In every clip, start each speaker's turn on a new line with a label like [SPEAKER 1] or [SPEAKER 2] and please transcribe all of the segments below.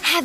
[SPEAKER 1] Have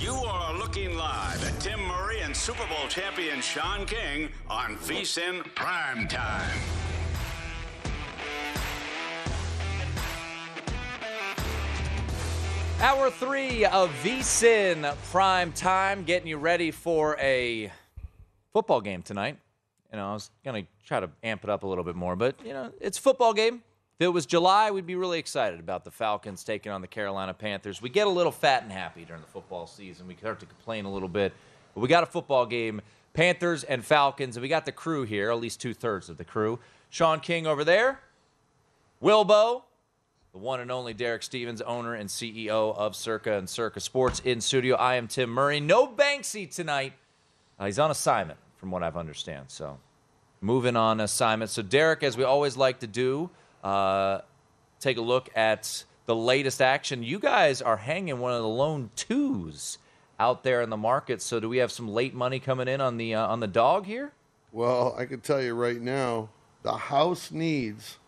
[SPEAKER 2] You are looking live at Tim Murray and Super Bowl champion Sean King on VSIN Primetime.
[SPEAKER 3] Hour three of VSIN prime time, getting you ready for a football game tonight. You know, I was going to try to amp it up a little bit more, but, you know, it's a football game. If it was July, we'd be really excited about the Falcons taking on the Carolina Panthers. We get a little fat and happy during the football season. We start to complain a little bit, but we got a football game Panthers and Falcons, and we got the crew here, at least two thirds of the crew. Sean King over there, Wilbo, the one and only Derek Stevens, owner and CEO of Circa and Circa Sports in studio. I am Tim Murray. No Banksy tonight. Uh, he's on assignment, from what I've understand. So moving on assignment. So Derek, as we always like to do, uh, take a look at the latest action. You guys are hanging one of the lone twos out there in the market. So do we have some late money coming in on the uh, on the dog here?
[SPEAKER 4] Well, I can tell you right now, the House needs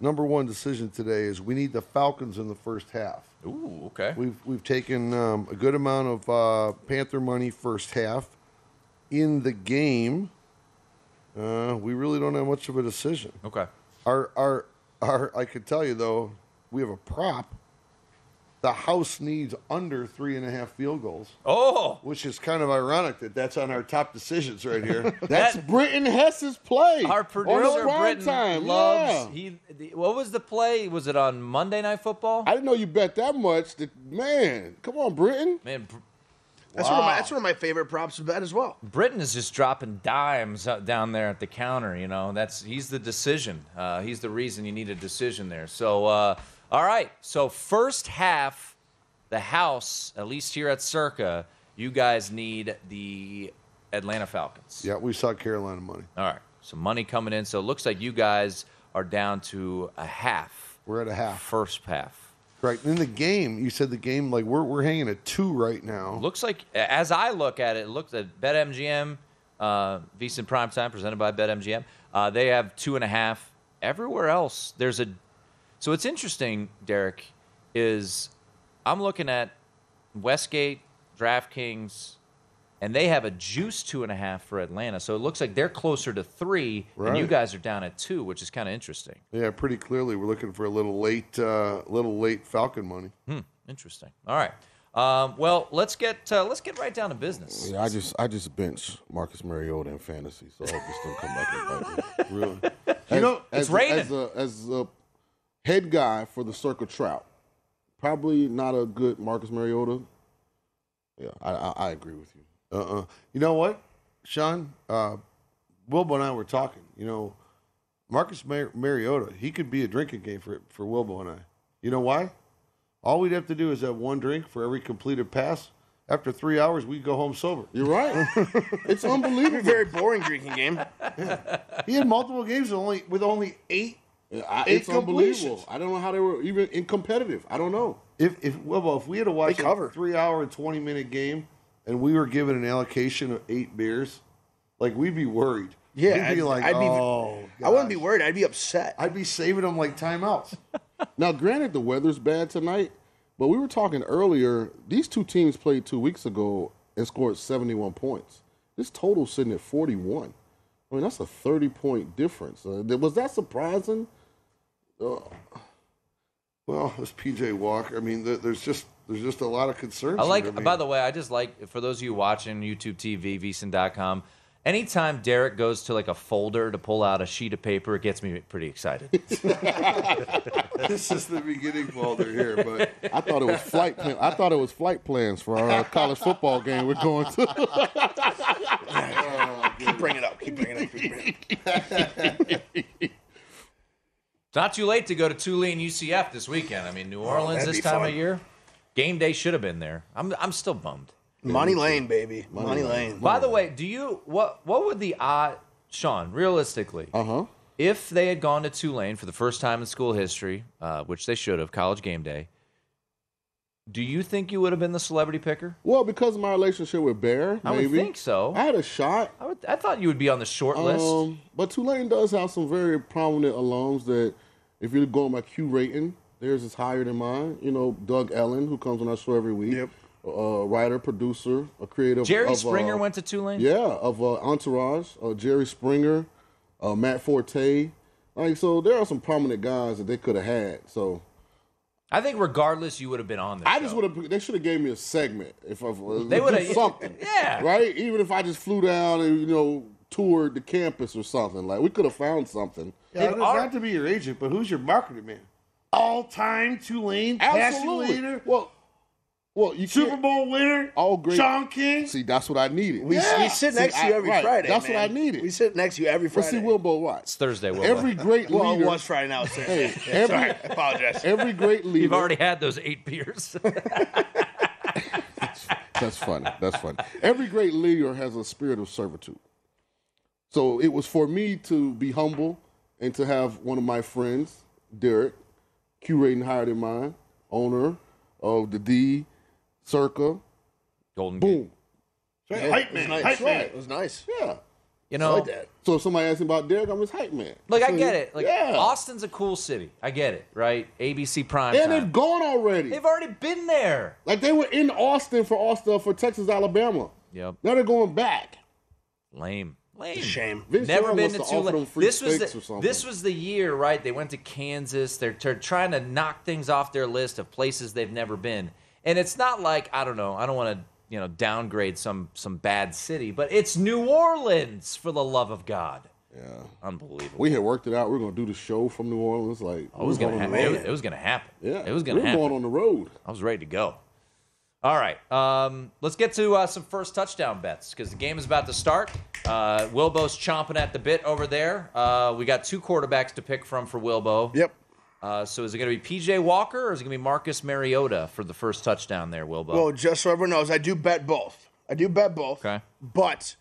[SPEAKER 4] number one decision today is we need the Falcons in the first half.
[SPEAKER 3] Ooh, okay.
[SPEAKER 4] We've we've taken um, a good amount of uh, Panther money first half in the game. Uh, we really don't have much of a decision.
[SPEAKER 3] Okay.
[SPEAKER 4] Our our our I could tell you though, we have a prop. The house needs under three and a half field goals.
[SPEAKER 3] Oh,
[SPEAKER 4] which is kind of ironic that that's on our top decisions right here. That's Britton Hess's play.
[SPEAKER 3] Our producer Britton
[SPEAKER 4] time.
[SPEAKER 3] loves.
[SPEAKER 4] Yeah.
[SPEAKER 3] He the, what was the play? Was it on Monday Night Football?
[SPEAKER 4] I didn't know you bet that much. That, man, come on, Britton.
[SPEAKER 3] Man, Br-
[SPEAKER 5] That's, one of
[SPEAKER 4] Wow.
[SPEAKER 5] my, that's one of my favorite props to bet as well.
[SPEAKER 3] Britain is just dropping dimes out- down there at the counter. You know, that's he's the decision. Uh, he's the reason you need a decision there. So, uh, all right. So first half, the house, at least here at Circa, you guys need the Atlanta Falcons.
[SPEAKER 4] Yeah, we saw Carolina money.
[SPEAKER 3] All right. So money coming in. So it looks like you guys are down to a half.
[SPEAKER 4] We're at a half.
[SPEAKER 3] First half.
[SPEAKER 4] Right. In the game, you said the game, like, we're, we're hanging at two right now.
[SPEAKER 3] Looks like, as I look at it, it looks at BetMGM, uh, Veasan Primetime presented by BetMGM. Uh, they have two and a half. Everywhere else, there's a. So what's interesting, Derek, is I'm looking at Westgate, DraftKings, and they have a juice two and a half for Atlanta. So it looks like they're closer to three, and you
[SPEAKER 4] Right.
[SPEAKER 3] guys are down at two, which is kind of interesting.
[SPEAKER 4] Yeah, pretty clearly we're looking for a little late, uh, little late Falcon money.
[SPEAKER 3] Hmm, interesting. All right. Um, well, let's get uh, let's get right down to business.
[SPEAKER 6] Yeah, I just I just bench Marcus Mariota in fantasy, so I just don't come back and bite me. Really?
[SPEAKER 3] know, it's raining.
[SPEAKER 6] As a, as a head guy for the Circle Trout, probably not a good Marcus Mariota. Yeah, I, I, I agree with you.
[SPEAKER 4] Uh-uh. You know what, Sean? Uh, Wilbo and I were talking. You know, Marcus Mar- Mariota, he could be a drinking game for for Wilbo and I. You know why? All we'd have to do is have one drink for every completed pass. After three hours, we go home sober.
[SPEAKER 6] You're right. it's unbelievable.
[SPEAKER 5] Very boring drinking game.
[SPEAKER 4] he had multiple games with only with only eight.
[SPEAKER 6] I,
[SPEAKER 4] eight
[SPEAKER 6] it's unbelievable.
[SPEAKER 4] completions.
[SPEAKER 6] I don't know how they were even in competitive. I don't know.
[SPEAKER 4] If if Wilbo, if we had to watch a three hour and twenty minute game, and we were given an allocation of eight beers, like we'd be worried.
[SPEAKER 5] Yeah,
[SPEAKER 4] we'd be
[SPEAKER 5] I'd-
[SPEAKER 4] like,
[SPEAKER 5] I'd be-
[SPEAKER 4] oh,
[SPEAKER 5] I wouldn't be worried. I'd be upset.
[SPEAKER 4] I'd be saving them like timeouts.
[SPEAKER 6] Now, granted, the weather's bad tonight, but we were talking earlier. These two teams played two weeks ago and scored 71 points. This total sitting at 41. I mean, that's a 30 point difference. Uh, th- was that surprising? Uh,
[SPEAKER 4] Well, it's PJ Walker. I mean, there- there's just there's just a lot of concerns.
[SPEAKER 3] I like.
[SPEAKER 4] here. mean,
[SPEAKER 3] by the way, I just like for those of you watching YouTube TV, Veasan.com. Anytime Derek goes to like a folder to pull out a sheet of paper, it gets me pretty excited.
[SPEAKER 4] this is the beginning folder here, but
[SPEAKER 6] I thought it was flight. Plan- I thought it was flight plans for our college football game we're going to.
[SPEAKER 5] keep bringing it up. Keep bringing it up. Keep bringing it up.
[SPEAKER 3] it's not too late to go to Tulane UCF this weekend. I mean, New Orleans
[SPEAKER 5] Oh, that'd
[SPEAKER 3] this
[SPEAKER 5] be
[SPEAKER 3] time
[SPEAKER 5] fun.
[SPEAKER 3] of year, game day should have been there. I'm I'm still bummed.
[SPEAKER 5] Money Lane, baby. Money, Lane.
[SPEAKER 3] By the way, do you what what would the odd Sean realistically? Uh
[SPEAKER 6] huh.
[SPEAKER 3] If they had gone to Tulane for the first time in school history, uh, which they should have, college game day. Do you think you would have been the celebrity picker?
[SPEAKER 6] well, because of my relationship with Bear,
[SPEAKER 3] I would
[SPEAKER 6] maybe
[SPEAKER 3] think so.
[SPEAKER 6] I had a shot.
[SPEAKER 3] I, would, I thought you would be on the short list.
[SPEAKER 6] Um, but Tulane does have some very prominent alums that, if you're going by Q rating, theirs is higher than mine. You know, Doug Ellen, who comes on our show every week, yep. uh, writer, producer, a creative.
[SPEAKER 3] Jerry
[SPEAKER 6] of, uh,
[SPEAKER 3] Springer went to Tulane.
[SPEAKER 6] Yeah, of uh, Entourage, uh, Jerry Springer, uh, Matt Forte. Like, so there are some prominent guys that they could have had. So
[SPEAKER 3] I think regardless, you would have been on this.
[SPEAKER 6] I just would have. They should have gave me a segment if
[SPEAKER 3] They
[SPEAKER 6] I, they would
[SPEAKER 3] would've-
[SPEAKER 6] have uh, something.
[SPEAKER 3] yeah.
[SPEAKER 6] Right. Even if I just flew down and you know toured the campus or something, like we could have found something.
[SPEAKER 4] yeah, it's not to be your agent, but who's your marketing man? All time Tulane
[SPEAKER 6] Absolutely.
[SPEAKER 4] passing leader,
[SPEAKER 6] Well, well, you
[SPEAKER 4] Super
[SPEAKER 6] can't-
[SPEAKER 4] Bowl winner,
[SPEAKER 6] all great.
[SPEAKER 4] Sean King.
[SPEAKER 6] See, that's what I needed.
[SPEAKER 5] We, we sit next
[SPEAKER 6] See,
[SPEAKER 5] to you
[SPEAKER 6] I-
[SPEAKER 5] every
[SPEAKER 6] right,
[SPEAKER 5] Friday.
[SPEAKER 6] That's what I
[SPEAKER 5] man.
[SPEAKER 6] needed.
[SPEAKER 5] We sit next to you every
[SPEAKER 6] but see,
[SPEAKER 5] Friday.
[SPEAKER 6] Wilbo, watch.
[SPEAKER 3] It's Thursday. Will.
[SPEAKER 6] Every great
[SPEAKER 5] well, it
[SPEAKER 6] leader,
[SPEAKER 5] was Friday now. It's Thursday.
[SPEAKER 6] Hey,
[SPEAKER 5] Yeah,
[SPEAKER 6] every-
[SPEAKER 5] Sorry, I apologize.
[SPEAKER 6] every great leader.
[SPEAKER 3] You've already had those eight beers.
[SPEAKER 6] That's funny. That's funny. Every great leader has a spirit of servitude. So it was for me to be humble and to have one of my friends, Derek, Q rating higher than mine, owner of the D Circa.
[SPEAKER 3] Golden Gate.
[SPEAKER 6] Boom.
[SPEAKER 5] Yeah,
[SPEAKER 4] hype
[SPEAKER 5] it was
[SPEAKER 4] man,
[SPEAKER 5] nice.
[SPEAKER 4] hype man.
[SPEAKER 5] It was nice.
[SPEAKER 6] Yeah.
[SPEAKER 3] You
[SPEAKER 5] I
[SPEAKER 3] know,
[SPEAKER 5] like that.
[SPEAKER 6] So if somebody asks me about Derek, I'm his hype man.
[SPEAKER 3] Like I
[SPEAKER 6] So,
[SPEAKER 3] get it. Like
[SPEAKER 6] yeah.
[SPEAKER 3] Austin's a cool city. I get it. Right? ABC prime
[SPEAKER 6] And
[SPEAKER 3] time.
[SPEAKER 6] they've gone already.
[SPEAKER 3] They've already been there.
[SPEAKER 6] like they were in Austin for Austin for Texas, Alabama.
[SPEAKER 3] Yep.
[SPEAKER 6] Now they're going back.
[SPEAKER 3] Lame. Lame.
[SPEAKER 5] Shame.
[SPEAKER 6] Vince
[SPEAKER 3] Never
[SPEAKER 6] Young
[SPEAKER 3] been
[SPEAKER 6] wants
[SPEAKER 3] to
[SPEAKER 6] to offer
[SPEAKER 3] Tulane.
[SPEAKER 6] them free
[SPEAKER 3] This was
[SPEAKER 6] steaks or
[SPEAKER 3] the,
[SPEAKER 6] something.
[SPEAKER 3] this was the year, right? They went to Kansas. They're, they're trying to knock things off their list of places they've never been. And it's not like I don't know. I don't want to you know downgrade some some bad city, but it's New Orleans for the love of God. Yeah. Unbelievable.
[SPEAKER 6] We had worked it out. We are gonna do the show from New Orleans. Like
[SPEAKER 3] Oh, it was
[SPEAKER 6] we were
[SPEAKER 3] gonna
[SPEAKER 6] on
[SPEAKER 3] happen.
[SPEAKER 6] the
[SPEAKER 3] It,
[SPEAKER 6] road.
[SPEAKER 3] was- it was gonna happen.
[SPEAKER 6] Yeah,
[SPEAKER 3] It was gonna
[SPEAKER 6] we were
[SPEAKER 3] happen.
[SPEAKER 6] going on the road.
[SPEAKER 3] I was ready to go. All right, um, let's get to uh, some first touchdown bets because the game is about to start. Uh, Wilbo's chomping at the bit over there. Uh, we got two quarterbacks to pick from for Wilbo.
[SPEAKER 5] Yep.
[SPEAKER 3] Uh, so is it going to be PJ Walker or is it going to be Marcus Mariota for the first touchdown there, Wilbo?
[SPEAKER 5] Well, just so everyone knows, I do bet both. I do bet both.
[SPEAKER 3] Okay.
[SPEAKER 5] But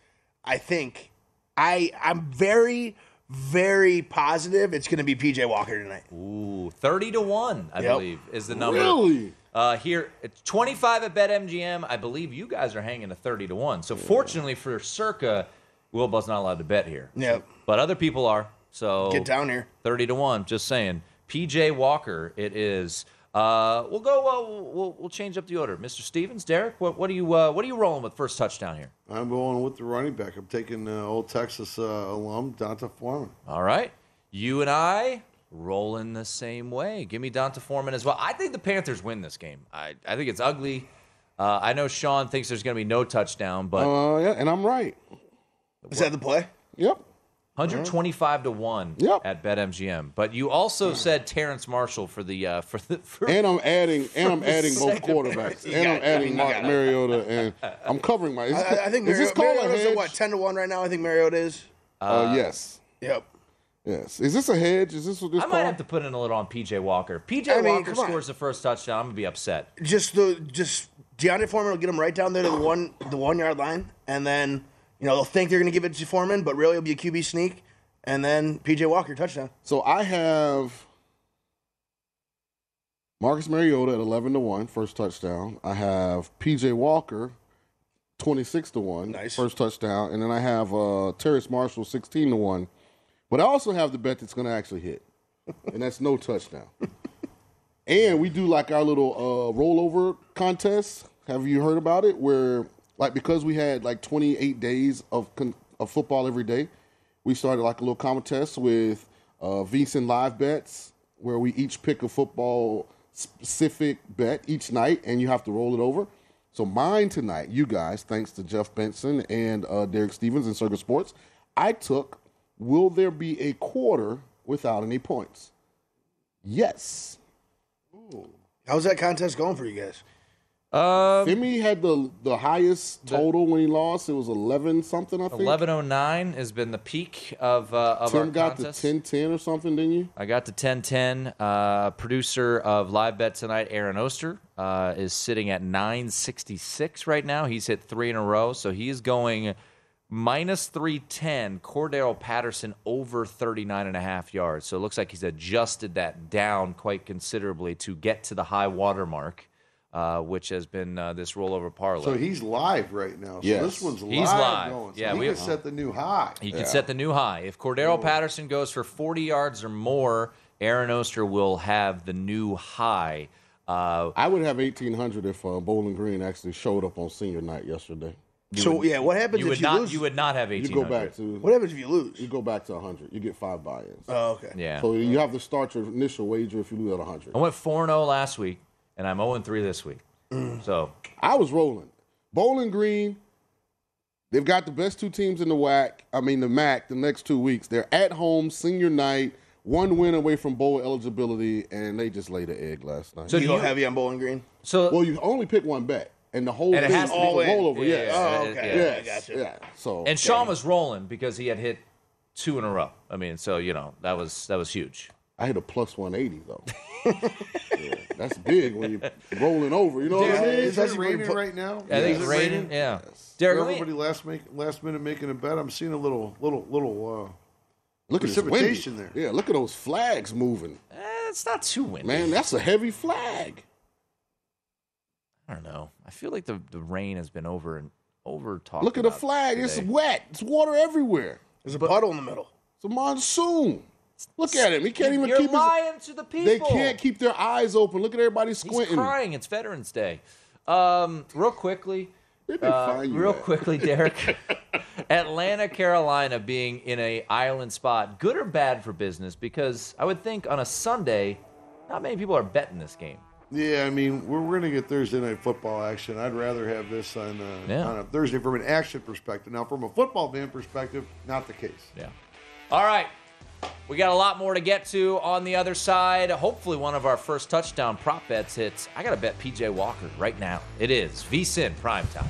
[SPEAKER 5] I think I I'm very very positive it's going to be PJ Walker tonight.
[SPEAKER 3] Ooh, thirty to one, I
[SPEAKER 5] Yep.
[SPEAKER 3] believe, is the number.
[SPEAKER 6] Really?
[SPEAKER 3] Uh, here, it's 25 at BetMGM. I believe you guys are hanging to 30 to 1. So, fortunately for Circa, Wilbo's not allowed to bet here.
[SPEAKER 5] Yep.
[SPEAKER 3] But other people are. So,
[SPEAKER 5] Get down here.
[SPEAKER 3] 30 to 1, just saying. PJ Walker, it is. Uh, we'll go. Uh, we'll, we'll change up the order. Mr. Stevens, Derek, what, what are you uh, what are you rolling with first touchdown here?
[SPEAKER 4] I'm going with the running back. I'm taking uh, old Texas uh, alum Donta Foreman.
[SPEAKER 3] All right. You and I rolling the same way. Give me Donta Foreman as well. I think the Panthers win this game. I, I think it's ugly. Uh, I know Sean
[SPEAKER 6] Uh-huh.
[SPEAKER 3] thinks there's going to be no touchdown, but
[SPEAKER 6] Uh, yeah, and I'm right.
[SPEAKER 5] Is that the play?
[SPEAKER 6] Yep.
[SPEAKER 3] 125 to 1 at BetMGM. But you also said Terrence Marshall for the uh, for the for
[SPEAKER 6] And I'm adding and I'm
[SPEAKER 3] For the
[SPEAKER 6] adding both
[SPEAKER 3] sake of
[SPEAKER 6] quarterbacks.
[SPEAKER 3] everything.
[SPEAKER 6] And
[SPEAKER 3] You
[SPEAKER 6] I'm
[SPEAKER 3] got it.
[SPEAKER 6] adding
[SPEAKER 3] You
[SPEAKER 6] Mark
[SPEAKER 3] got it.
[SPEAKER 6] Mariota and I'm covering my is,
[SPEAKER 5] I, I- I think
[SPEAKER 6] is this
[SPEAKER 5] Mario-
[SPEAKER 6] call a
[SPEAKER 5] Mariota's
[SPEAKER 6] hedge?
[SPEAKER 5] at what ten to one right now. I think Mariota is.
[SPEAKER 6] Uh, yes.
[SPEAKER 5] Yep.
[SPEAKER 6] Yes. Is this a hedge? Is this what this
[SPEAKER 3] I might
[SPEAKER 6] call?
[SPEAKER 3] have to put in a little on PJ Walker. PJ
[SPEAKER 5] I mean,
[SPEAKER 3] Walker
[SPEAKER 5] come on.
[SPEAKER 3] scores the first touchdown. I'm gonna be upset.
[SPEAKER 5] Just the just Deontay Foreman will get him right down there to the one the one yard line, and then you know they'll think they're going to give it to Foreman, but really it'll be a QB sneak, and then PJ Walker touchdown.
[SPEAKER 6] So I have Marcus Mariota at 11 to 1, first touchdown. I have PJ Walker 26 to 1, first touchdown. And then I have uh, Terrence Marshall 16 to 1. But I also have the bet that's going to actually hit, and that's no touchdown. and we do like our little uh, rollover contest. Have you heard about it? Where, like, because we had like 28 days of, con- of football every day, we started like a little contest with uh, Veasan live bets, where we each pick a football specific bet each night, and you have to roll it over. So mine tonight, you guys, thanks to Jeff Benson and uh, Derek Stevens and Circus Sports, I took. Will there be a quarter without any points? Yes.
[SPEAKER 5] How's that contest going for you guys?
[SPEAKER 3] Um,
[SPEAKER 6] Femi had the the highest total when he lost. It was eleven something, I think.
[SPEAKER 3] 1109 has been the peak of uh, of our
[SPEAKER 6] Tim got
[SPEAKER 3] contest.
[SPEAKER 6] to ten ten or something, didn't you?
[SPEAKER 3] I got to 1010. Uh, producer of Live Bet Tonight, Aaron Oster, uh, is sitting at 966 right now. He's hit three in a row, so he is going minus 310. Cordero Patterson over 39 and a half yards. So it looks like he's adjusted that down quite considerably to get to the high water mark, uh, which has been uh, this rollover parlay.
[SPEAKER 4] So he's live right now. So
[SPEAKER 3] Yes.
[SPEAKER 4] this one's live.
[SPEAKER 3] He's live.
[SPEAKER 4] Going. So
[SPEAKER 3] Yeah,
[SPEAKER 4] he
[SPEAKER 3] we-
[SPEAKER 4] can set the new high.
[SPEAKER 3] He can set the new high. If Cordero Patterson goes for 40 yards or more, Aaron Oster will have the new high. Uh,
[SPEAKER 6] I would have eighteen hundred if uh, Bowling Green actually showed up on senior night yesterday.
[SPEAKER 3] You So, would- yeah, what happens
[SPEAKER 5] you if would you
[SPEAKER 3] not- lose? you would not have
[SPEAKER 6] You go back
[SPEAKER 3] 1800.
[SPEAKER 6] to
[SPEAKER 5] what happens if you lose?
[SPEAKER 6] You go back to hundred. You get five buy-ins.
[SPEAKER 5] Oh, okay.
[SPEAKER 3] Yeah.
[SPEAKER 6] So you have to start your initial wager if you lose at hundred.
[SPEAKER 3] I went 4 0 last week, and I'm 0 3 this week.
[SPEAKER 6] Mm.
[SPEAKER 3] so,
[SPEAKER 6] I was rolling. Bowling Green, they've got the best two teams in the WAC. I mean, the MAC. The next two weeks, they're at home, senior night, one win away from bowl eligibility, and they just laid an egg last night.
[SPEAKER 5] So you go heavy on Bowling Green.
[SPEAKER 3] So
[SPEAKER 6] well, you only pick one bet, and the whole
[SPEAKER 3] And it
[SPEAKER 6] thing
[SPEAKER 3] has to
[SPEAKER 6] is
[SPEAKER 3] be
[SPEAKER 6] a
[SPEAKER 3] win.
[SPEAKER 6] rollover.
[SPEAKER 3] Yeah,
[SPEAKER 6] yes.
[SPEAKER 3] yeah, Oh, yeah, okay. yeah.
[SPEAKER 6] Yes,
[SPEAKER 3] I gotcha.
[SPEAKER 6] Yeah. So
[SPEAKER 3] and Sean was rolling because he had hit two in a row. I mean, so, you know, that was that was huge.
[SPEAKER 6] I hit a plus one eighty though. Yeah, that's big when you're rolling over. You know
[SPEAKER 4] Dude,
[SPEAKER 6] what I mean?
[SPEAKER 4] is it raining right
[SPEAKER 3] I
[SPEAKER 4] now?
[SPEAKER 3] think
[SPEAKER 4] Is
[SPEAKER 3] it's
[SPEAKER 4] it
[SPEAKER 3] raining. Yeah.
[SPEAKER 4] Derek,
[SPEAKER 3] Derek, let me-
[SPEAKER 4] everybody last make last minute making a bet. I'm seeing a little little little uh,
[SPEAKER 6] Look at this windy.
[SPEAKER 4] precipitation there.
[SPEAKER 6] Yeah, look at those flags moving.
[SPEAKER 3] That's Eh, not too windy.
[SPEAKER 6] Man, that's a heavy flag.
[SPEAKER 3] I don't know. I feel like the, the rain has been over and over talked
[SPEAKER 6] Look at the
[SPEAKER 3] about
[SPEAKER 6] flag. It's
[SPEAKER 3] today.
[SPEAKER 6] wet. It's water everywhere.
[SPEAKER 5] There's a puddle in the middle.
[SPEAKER 6] It's a monsoon. Look at him. He can't even
[SPEAKER 3] You're
[SPEAKER 6] keep
[SPEAKER 3] lying to the
[SPEAKER 6] his.
[SPEAKER 3] people.
[SPEAKER 6] They can't keep their eyes open. Look at everybody
[SPEAKER 3] He's
[SPEAKER 6] squinting.
[SPEAKER 3] crying. It's Veterans Day. Um, real quickly,
[SPEAKER 6] Let me
[SPEAKER 3] uh,
[SPEAKER 6] find you
[SPEAKER 3] real
[SPEAKER 6] that.
[SPEAKER 3] quickly, Derek. Atlanta, Carolina, being in a island spot, good or bad for business? Because I would think on a Sunday, not many people are betting this game.
[SPEAKER 4] Yeah, I mean, we're, we're going to get Thursday night football action. I'd rather have this on a,
[SPEAKER 3] Yeah.
[SPEAKER 4] on a Thursday from an action perspective. Now, from a football fan perspective, not the case.
[SPEAKER 3] Yeah. All right. We got a lot more to get to on the other side. Hopefully, one of our first touchdown prop bets hits. I got to bet PJ Walker right now. It is VSIN prime time.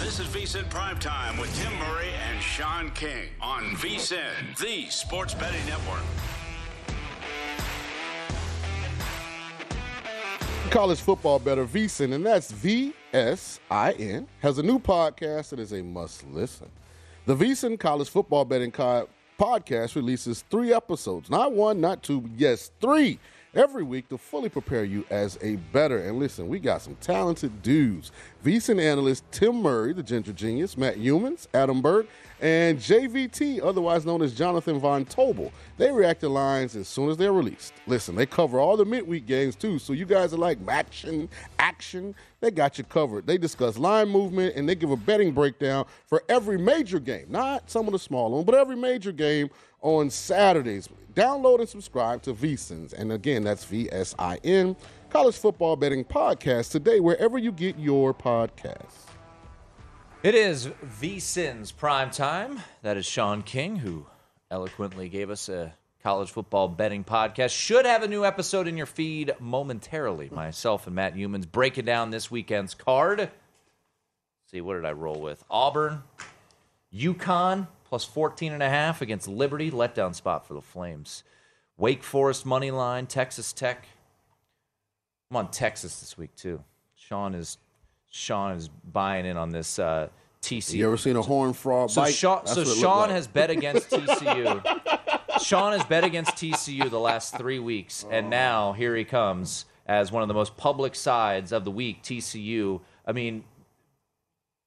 [SPEAKER 2] This is VSIN Primetime with Tim Murray and Sean King on VSIN, the sports betting network.
[SPEAKER 6] College football better VSIN, and that's V S I N, has a new podcast that is a must listen. The VSIN College Football Betting Co- Podcast releases three episodes, not one, not two, but yes, three every week to fully prepare you as a better. And listen, we got some talented dudes. VSIN analyst Tim Murray, the Ginger Genius, Matt Humans, Adam Burt, and JVT, otherwise known as Jonathan Von Tobel. They react to lines as soon as they're released. Listen, they cover all the midweek games too, so you guys are like action, action. They got you covered. They discuss line movement and they give a betting breakdown for every major game, not some of the small ones, but every major game on Saturdays. Download and subscribe to VSINs. And again, that's V S I N, College Football Betting Podcast, today, wherever you get your podcasts.
[SPEAKER 3] It is VSIN's prime time. That is Sean King, who eloquently gave us a college football betting podcast. Should have a new episode in your feed momentarily. Myself and Matt Humans breaking down this weekend's card. see, what did I roll with? Auburn, UConn, plus 14 and a half against Liberty. Letdown spot for the Flames. Wake Forest money line, Texas Tech. I'm on Texas this week too. Sean is Sean is buying in on this uh, TC.
[SPEAKER 6] You ever seen a horn frog
[SPEAKER 3] So
[SPEAKER 6] bite?
[SPEAKER 3] Sean,
[SPEAKER 6] That's
[SPEAKER 3] so
[SPEAKER 6] what it looked
[SPEAKER 3] Sean
[SPEAKER 6] like.
[SPEAKER 3] has bet against TCU. Sean has bet against TCU the last three weeks,
[SPEAKER 6] Oh.
[SPEAKER 3] and now here he comes as one of the most public sides of the week. TCU. I mean,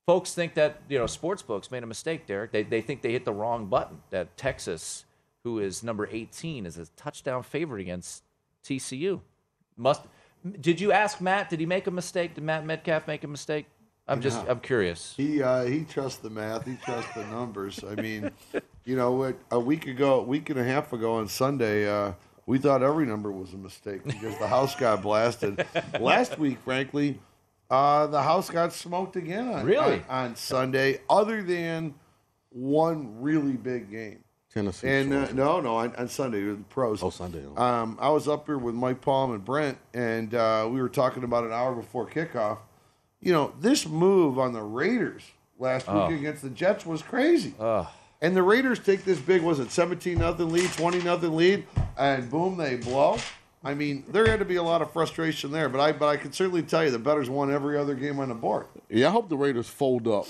[SPEAKER 3] folks think that you know sports books made a mistake, Derek. They they think they hit the wrong button. That Texas, who is number 18, is a touchdown favorite against TCU. Must did you ask Matt? Did he make a mistake? Did Matt Metcalf make a mistake? I'm just
[SPEAKER 4] No.
[SPEAKER 3] I'm curious.
[SPEAKER 4] He uh, he trusts the math. He trusts the numbers. I mean, you know, what? a week ago, a week and a half ago on Sunday, uh, we thought every number was a mistake because the house got blasted. Last week, frankly, uh, the house got smoked again. On,
[SPEAKER 3] Really?
[SPEAKER 4] on, on Sunday, other than one really big game.
[SPEAKER 6] Tennessee.
[SPEAKER 4] And uh, no, no, on, on Sunday with the pros. Oh,
[SPEAKER 6] Sunday.
[SPEAKER 4] Um, I was up here with Mike Palm and Brent, and uh, we were talking about an hour before kickoff. You know, this move on the Raiders last
[SPEAKER 3] Oh.
[SPEAKER 4] week against the Jets was crazy. And the Raiders take this big, was it 17 nothing lead, 20 nothing lead, and boom, they blow. I mean, there had to be a lot of frustration there, but I but I can certainly tell you the betters won every other game on the board.
[SPEAKER 6] Yeah, I hope the Raiders fold up.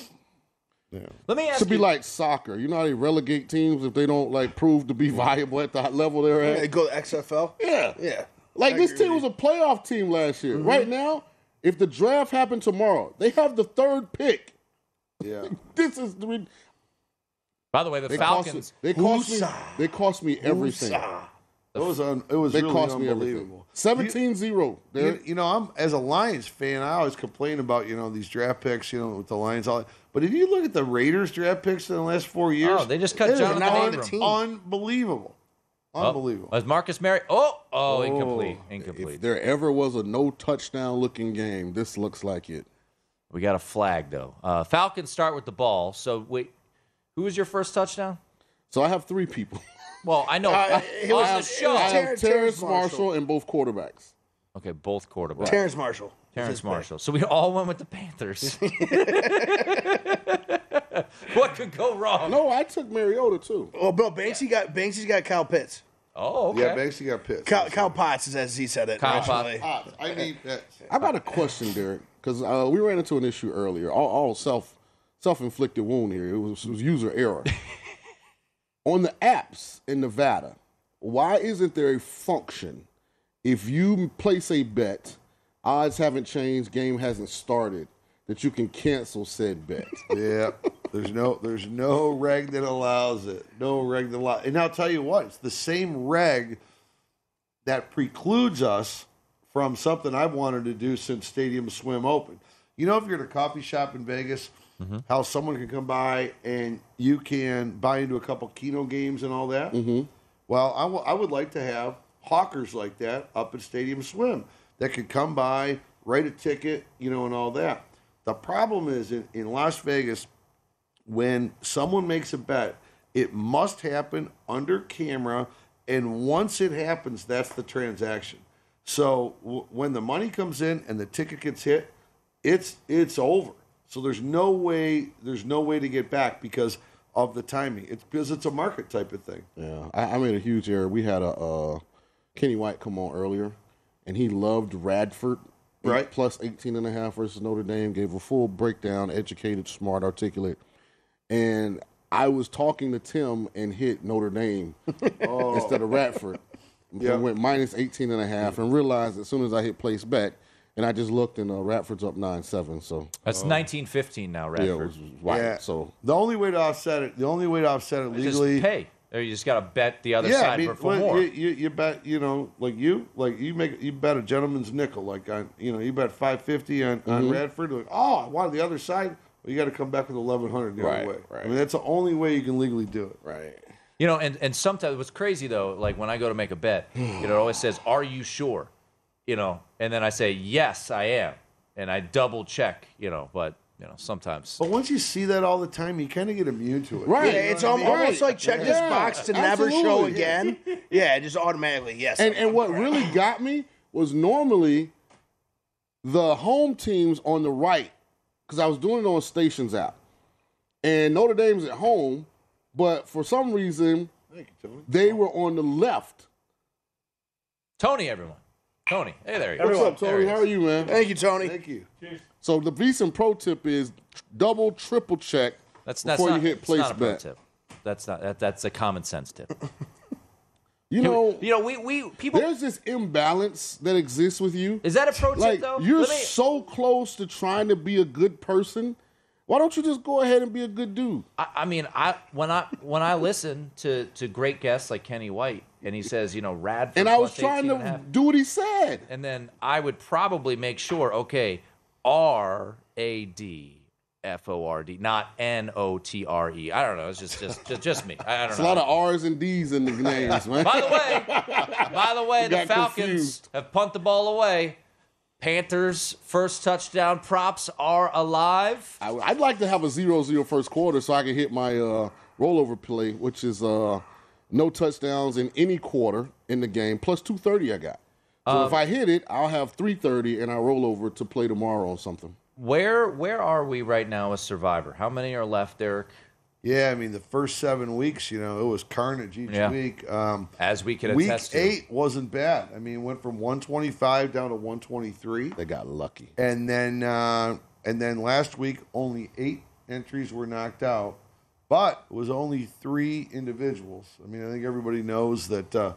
[SPEAKER 4] Yeah.
[SPEAKER 3] Let me ask
[SPEAKER 6] Should be like soccer. You know how they relegate teams if they don't like prove to be viable at the level they're
[SPEAKER 5] Yeah,
[SPEAKER 6] at.
[SPEAKER 5] go to XFL.
[SPEAKER 6] Yeah.
[SPEAKER 5] Yeah.
[SPEAKER 6] Like this team was a playoff team last
[SPEAKER 3] Mm-hmm.
[SPEAKER 6] year. Right now, if the draft happened tomorrow, they have the third pick.
[SPEAKER 4] Yeah.
[SPEAKER 6] This is the re-
[SPEAKER 3] By the way, the
[SPEAKER 6] they
[SPEAKER 3] Falcons.
[SPEAKER 6] Cost, they cost me. They cost me everything.
[SPEAKER 4] Woosah. It was un, it was
[SPEAKER 6] They
[SPEAKER 4] really
[SPEAKER 6] cost me
[SPEAKER 4] unbelievable.
[SPEAKER 6] everything. 17-0.
[SPEAKER 4] You, you know, I'm as a Lions fan, I always complain about you know these draft picks, you know, with the Lions. All, that. but if you look at the Raiders draft picks in the last four years,
[SPEAKER 3] Oh, they just cut
[SPEAKER 4] it is
[SPEAKER 3] Jonathan
[SPEAKER 4] un-
[SPEAKER 3] Abram.
[SPEAKER 4] Unbelievable,
[SPEAKER 3] Oh,
[SPEAKER 4] unbelievable.
[SPEAKER 3] was Marcus Mary? Oh, oh,
[SPEAKER 6] Oh,
[SPEAKER 3] incomplete, incomplete.
[SPEAKER 6] If there ever was a no touchdown looking game, this looks like it.
[SPEAKER 3] We got a flag though. Uh, Falcons start with the ball. So wait, who was your first touchdown?
[SPEAKER 6] So I have three people.
[SPEAKER 3] Well, I know
[SPEAKER 6] Uh,
[SPEAKER 3] it was, on the show.
[SPEAKER 6] I have Terrence, Marshall, and both quarterbacks.
[SPEAKER 3] Okay, both quarterbacks.
[SPEAKER 5] Terrence Marshall.
[SPEAKER 3] Terrence Marshall. So we all went with the Panthers. what could go wrong?
[SPEAKER 6] No, I took Mariota too.
[SPEAKER 5] Well, Bill Oh, Banksy got Banksy's got Kyle Pitts.
[SPEAKER 3] Oh,
[SPEAKER 4] okay. Yeah, Banksy got Pitts.
[SPEAKER 5] Kyle, Kyle Potts is as Z said it.
[SPEAKER 6] Kyle
[SPEAKER 5] originally.
[SPEAKER 4] Potts. I need that.
[SPEAKER 6] I got a question, Derek, because uh, we ran into an issue earlier. All, all self self inflicted wound here. It was, it was user error on the apps in Nevada. Why isn't there a function if you place a bet, odds haven't changed, game hasn't started, that you can cancel said bet?
[SPEAKER 4] yeah, there's no there's no reg that allows it. No reg that allows. And I'll tell you what, it's the same reg that precludes us from something I've wanted to do since Stadium Swim opened. You know, if you're at a coffee shop in Vegas, how someone can come by and you can buy into a couple Keno games and all that.
[SPEAKER 6] Mm-hmm.
[SPEAKER 4] Well, I wa- I would like to have hawkers like that up at Stadium Swim that could come by, write a ticket, you know, and all that. The problem is in, in Las Vegas, when someone makes a bet, it must happen under camera. And once it happens, that's the transaction. So w- when the money comes in and the ticket gets hit, it's it's over. So there's no way there's no way to get back because of the timing. It's because it's a market type of thing.
[SPEAKER 6] Yeah, I, I made a huge error. We had a uh, Kenny White come on earlier, and he loved Radford. Right. Plus 18 and a half versus Notre Dame. Gave a full breakdown, educated, smart, articulate. And I was talking to Tim and hit Notre Dame instead of Radford.
[SPEAKER 4] Yeah.
[SPEAKER 6] I went minus 18 and a half and realized as soon as I hit place back, and I just looked and uh, Radford's up 9 7. So
[SPEAKER 3] That's 1915 now,
[SPEAKER 6] Oh. Yeah, it
[SPEAKER 3] Radford.
[SPEAKER 6] was white, Yeah. so-
[SPEAKER 4] The only way to offset it, the only way to offset it legally,
[SPEAKER 3] just pay. Or you just got to bet the other
[SPEAKER 4] yeah,
[SPEAKER 3] side
[SPEAKER 4] I mean,
[SPEAKER 3] for, for
[SPEAKER 4] well,
[SPEAKER 3] more.
[SPEAKER 4] You, you, you bet, you know, like you, like you make, you bet a gentleman's nickel, like on, you know, you bet five fifty on, on
[SPEAKER 3] Mm-hmm.
[SPEAKER 6] Mhm.
[SPEAKER 4] Radford. Like, oh, I wanted the other side. Well, you got to come back with eleven hundred the
[SPEAKER 3] Right,
[SPEAKER 4] other way.
[SPEAKER 3] right.
[SPEAKER 4] I mean, that's the only way you can legally do it.
[SPEAKER 6] Right.
[SPEAKER 3] You know, and, and sometimes what's crazy though, like when I go to make a bet, you know, it always says, Are you sure? You know, and then I say, Yes, I am. And I double check, you know, but, you know, sometimes.
[SPEAKER 4] But once you see that all the time, you kind of get immune to it. You
[SPEAKER 5] Right.
[SPEAKER 4] know
[SPEAKER 5] it's
[SPEAKER 4] what I
[SPEAKER 5] al-
[SPEAKER 4] mean?
[SPEAKER 5] almost like check this
[SPEAKER 4] Yeah,
[SPEAKER 5] box to never show
[SPEAKER 6] absolutely.
[SPEAKER 5] again. yeah, just automatically. Yes.
[SPEAKER 6] And and what really got me was normally the home teams on the right because I was doing it on stations app, and Notre Dame's at home, but for some reason they were on the left.
[SPEAKER 3] Tony, everyone. Tony. Hey, there you go.
[SPEAKER 6] What's up, Tony? How are you, man?
[SPEAKER 5] Thank you, Tony.
[SPEAKER 4] Thank you.
[SPEAKER 6] So the Veasan pro tip is tr- double, triple check
[SPEAKER 3] That's, that's
[SPEAKER 6] before
[SPEAKER 3] not,
[SPEAKER 6] you hit
[SPEAKER 3] it's
[SPEAKER 6] place
[SPEAKER 3] not a pro
[SPEAKER 6] bet.
[SPEAKER 3] tip. That's not that, that's a common sense tip.
[SPEAKER 6] You know,
[SPEAKER 3] you know, we we people.
[SPEAKER 6] There's this imbalance that exists with you.
[SPEAKER 3] Is that a pro tip,
[SPEAKER 6] like,
[SPEAKER 3] though?
[SPEAKER 6] You're
[SPEAKER 3] Let me-
[SPEAKER 6] so close to trying to be a good person. Why don't you just go ahead and be a good dude?
[SPEAKER 3] I, I mean, I when I when I listen to to great guests like Kenny White, and he says, you know, Radford.
[SPEAKER 6] And I was
[SPEAKER 3] plus
[SPEAKER 6] trying
[SPEAKER 3] 18 and a
[SPEAKER 6] to
[SPEAKER 3] half,
[SPEAKER 6] do what he said.
[SPEAKER 3] and then I would probably make sure, okay, R A D F O R D, not N O T R E. I don't know. It's just just just, just me. I, I don't
[SPEAKER 6] It's a
[SPEAKER 3] know.
[SPEAKER 6] lot of R's and D's in the names, man.
[SPEAKER 3] By the way, by the way,
[SPEAKER 6] You
[SPEAKER 3] the
[SPEAKER 6] got
[SPEAKER 3] Falcons
[SPEAKER 6] confused.
[SPEAKER 3] have pumped the ball away. Panthers first touchdown props are alive.
[SPEAKER 6] I, I'd like to have a 0-0 first quarter so I can hit my uh, rollover play, which is uh, no touchdowns in any quarter in the game, plus 230 I got. So
[SPEAKER 3] Um,
[SPEAKER 6] if I hit it, I'll have 330 and I roll over to play tomorrow or something.
[SPEAKER 3] Where where are we right now with Survivor? How many are left, Derek?
[SPEAKER 4] Yeah, I mean the first seven weeks, you know, it was carnage each
[SPEAKER 3] Yeah.
[SPEAKER 4] week. Um,
[SPEAKER 3] As we can
[SPEAKER 4] week
[SPEAKER 3] attest to.
[SPEAKER 4] eight wasn't bad. I mean, it went from 125 down to 123. They got lucky. And then uh, and then last week only eight entries were knocked out, but it was only three individuals. I mean, I think everybody knows that uh,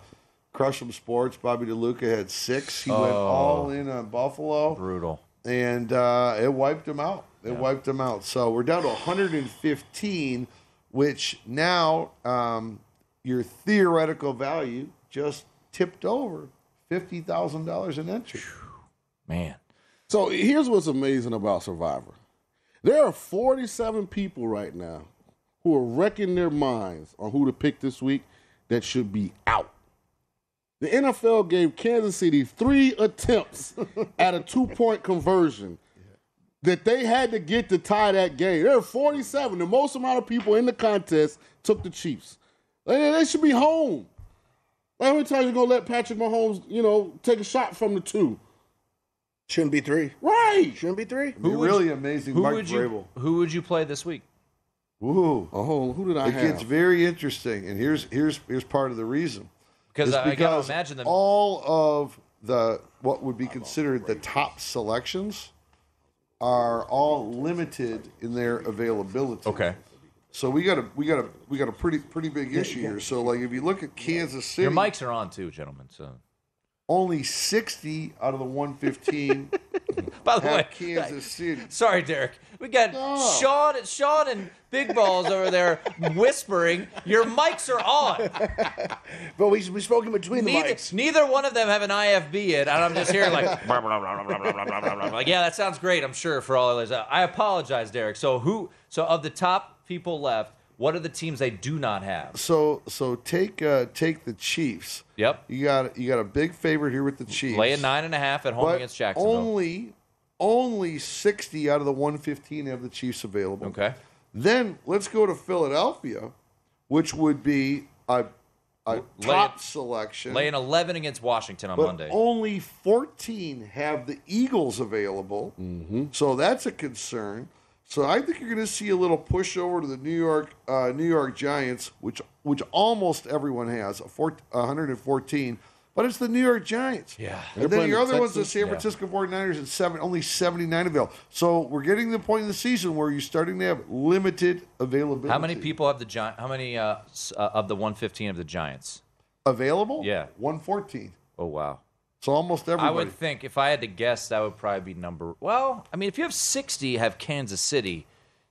[SPEAKER 4] Crush'em Sports, Bobby DeLuca had six. He went
[SPEAKER 3] Oh.
[SPEAKER 4] all in on Buffalo.
[SPEAKER 3] Brutal.
[SPEAKER 4] And uh, it wiped him out. It
[SPEAKER 3] Yeah.
[SPEAKER 4] wiped him out. So we're down to 115, which now um, your theoretical value just tipped over $50,000 an entry.
[SPEAKER 3] Man.
[SPEAKER 6] So here's what's amazing about Survivor. There are 47 people right now who are wrecking their minds on who to pick this week that should be out. The NFL gave Kansas City three attempts at a two point conversion that they had to get to tie that game. There are 47. The most amount of people in the contest took the Chiefs. They, they should be home. Like, how many times you going to let Patrick Mahomes, you know, take a shot from the two?
[SPEAKER 5] Shouldn't be three.
[SPEAKER 6] Right.
[SPEAKER 5] Shouldn't be three.
[SPEAKER 4] Who Be would- really amazing
[SPEAKER 3] Who
[SPEAKER 4] Mike
[SPEAKER 3] would you?
[SPEAKER 4] Vrabel.
[SPEAKER 3] Who would you play this week?
[SPEAKER 4] Ooh.
[SPEAKER 6] Oh, who did
[SPEAKER 3] I
[SPEAKER 4] It
[SPEAKER 3] have?
[SPEAKER 4] gets very interesting. And here's here's here's part of the reason.
[SPEAKER 3] Because
[SPEAKER 4] It's
[SPEAKER 3] I- I gotta
[SPEAKER 4] because
[SPEAKER 3] imagine them-
[SPEAKER 4] all of the what would be considered the top selections are all limited in their availability. Okay. So we got a we got a we got a pretty pretty big issue here. So like if you look at Kansas City,
[SPEAKER 3] Your mics are on too, gentlemen. So
[SPEAKER 4] only sixty out of the one fifteen.
[SPEAKER 3] By the
[SPEAKER 4] have
[SPEAKER 3] way,
[SPEAKER 4] Kansas City.
[SPEAKER 3] Sorry, Derek. We got Sean, Sean, and Big Balls over there whispering. Your mics are on.
[SPEAKER 5] But we we spoke in between
[SPEAKER 3] neither,
[SPEAKER 5] the mics.
[SPEAKER 3] Neither one of them have an IFB yet, and I'm just here like, blah, blah, blah, blah, blah, blah, blah, blah, blah. like, yeah, that sounds great. I'm sure for all others. Uh, I apologize, Derek. So who? So of the top people left, what are the teams they do not have?
[SPEAKER 4] So so take uh take the Chiefs.
[SPEAKER 3] Yep.
[SPEAKER 4] You got you got a big favorite here with the Chiefs.
[SPEAKER 3] Lay a nine and a half at home
[SPEAKER 4] But
[SPEAKER 3] against Jacksonville.
[SPEAKER 4] Only only 60 out of the 115 have the Chiefs available.
[SPEAKER 3] Okay.
[SPEAKER 4] Then let's go to Philadelphia, which would be a, a
[SPEAKER 3] Lay
[SPEAKER 4] top
[SPEAKER 3] it-
[SPEAKER 4] selection.
[SPEAKER 3] Lay an 11 against Washington on
[SPEAKER 4] but oh,
[SPEAKER 3] Monday.
[SPEAKER 4] only 14 have the Eagles available.
[SPEAKER 6] Mm-hmm.
[SPEAKER 4] So that's a concern. So I think you're going to see a little push over to the New York uh, New York Giants, which which almost everyone has a four, 114, but it's the New York Giants. Yeah,
[SPEAKER 6] They're
[SPEAKER 4] and then
[SPEAKER 6] playing
[SPEAKER 4] your
[SPEAKER 6] the
[SPEAKER 4] other one's the
[SPEAKER 6] Texans?
[SPEAKER 4] San
[SPEAKER 6] Yeah.
[SPEAKER 4] Francisco 49ers at seven, only 79 available. So we're getting to the point in the season where you're starting to have limited availability.
[SPEAKER 3] How many people have the Giants? How many uh, s- uh, of the 115 of the Giants?
[SPEAKER 4] available?
[SPEAKER 3] Yeah.
[SPEAKER 4] 114.
[SPEAKER 3] Oh wow.
[SPEAKER 4] So almost everybody.
[SPEAKER 3] I would think if I had to guess, that would probably be number. Well, I mean, if you have 60, have Kansas City.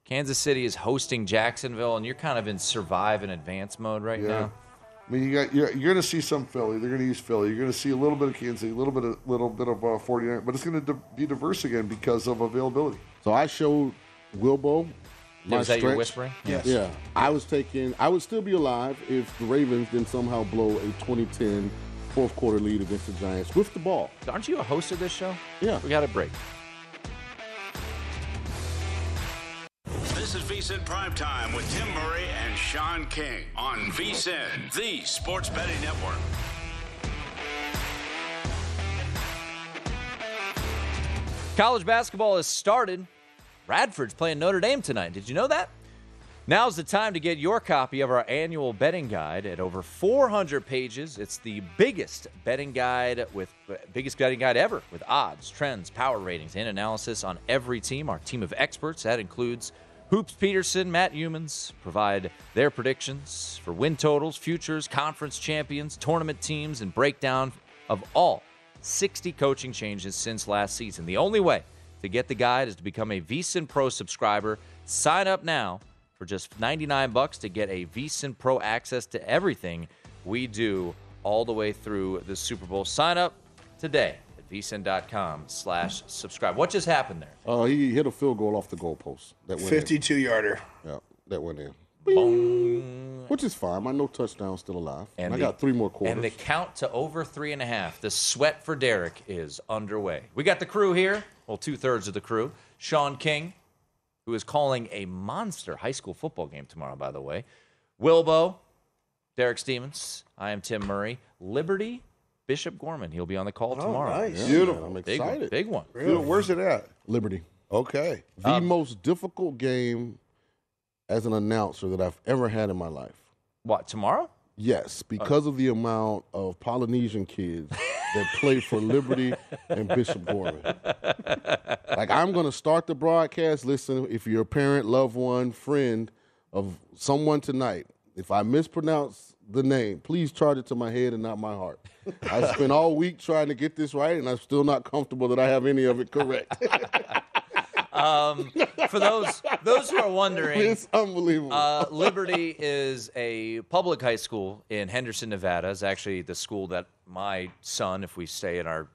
[SPEAKER 3] Kansas City is hosting Jacksonville, and you're kind of in survive and advance mode right now.
[SPEAKER 4] I mean, you got you're, you're going to see some Philly. They're going to use Philly. You're going to see a little bit of Kansas, City, a little bit of little bit of uh, 49, but it's going to be diverse again because of availability.
[SPEAKER 6] So I showed Wilbo. my
[SPEAKER 3] Was that your
[SPEAKER 6] stretch.
[SPEAKER 3] whispering? Yes.
[SPEAKER 6] Yeah. I was taking. I would still be alive if the Ravens didn't somehow blow a 2010 fourth quarter lead against the Giants with the ball.
[SPEAKER 3] Aren't you a host of this show?
[SPEAKER 6] Yeah.
[SPEAKER 3] We got a break.
[SPEAKER 2] This is VSIN Prime Time with Tim Murray and Sean King on VSIN, the sports betting network.
[SPEAKER 3] College basketball has started. Radford's playing Notre Dame tonight. Did you know that? Now's the time to get your copy of our annual betting guide at over 400 pages. It's the biggest betting guide with biggest betting guide ever with odds, trends, power ratings, and analysis on every team. Our team of experts that includes Hoops Peterson, Matt Humans provide their predictions for win totals, futures, conference champions, tournament teams, and breakdown of all 60 coaching changes since last season. The only way to get the guide is to become a VSIN Pro subscriber. Sign up now for just 99 bucks to get a VSIN Pro access to everything we do all the way through the Super Bowl. Sign up today at vsin.com slash subscribe. What just happened there?
[SPEAKER 6] Uh, he hit a field goal off the goalpost. That went in.
[SPEAKER 5] 52 yarder.
[SPEAKER 6] Yeah, that went in. Which is fine. My no touchdown's still alive. And, I
[SPEAKER 3] the-
[SPEAKER 6] got three more quarters.
[SPEAKER 3] And the count to over three and a half. The sweat for Derek is underway. We got the crew here. Well, two thirds of the crew. Sean King, who is calling a monster high school football game tomorrow, by the way. Wilbo, Derek Stevens. I am Tim Murray. Liberty, Bishop Gorman. He'll be on the call tomorrow.
[SPEAKER 4] nice. Beautiful. I'm
[SPEAKER 3] Big one,
[SPEAKER 4] excited.
[SPEAKER 3] Big one.
[SPEAKER 4] Dude, where's it at?
[SPEAKER 6] Liberty.
[SPEAKER 3] Um,
[SPEAKER 4] Okay.
[SPEAKER 6] The most difficult game as an announcer that I've ever had in my life.
[SPEAKER 3] What, tomorrow?
[SPEAKER 6] Yes, because of the amount of Polynesian kids that play for Liberty and Bishop Gorman. Like, I'm going to start the broadcast. Listen, if you're a parent, loved one, friend of someone tonight, if I mispronounce the name, please charge it to my head and not my heart. I spent all week trying to get this right, and I'm still not comfortable that I have any of it correct.
[SPEAKER 3] Um, for those those who are wondering,
[SPEAKER 6] It's unbelievable.
[SPEAKER 3] Uh, Liberty is a public high school in Henderson, Nevada. It's actually the school that my son, if we stay in our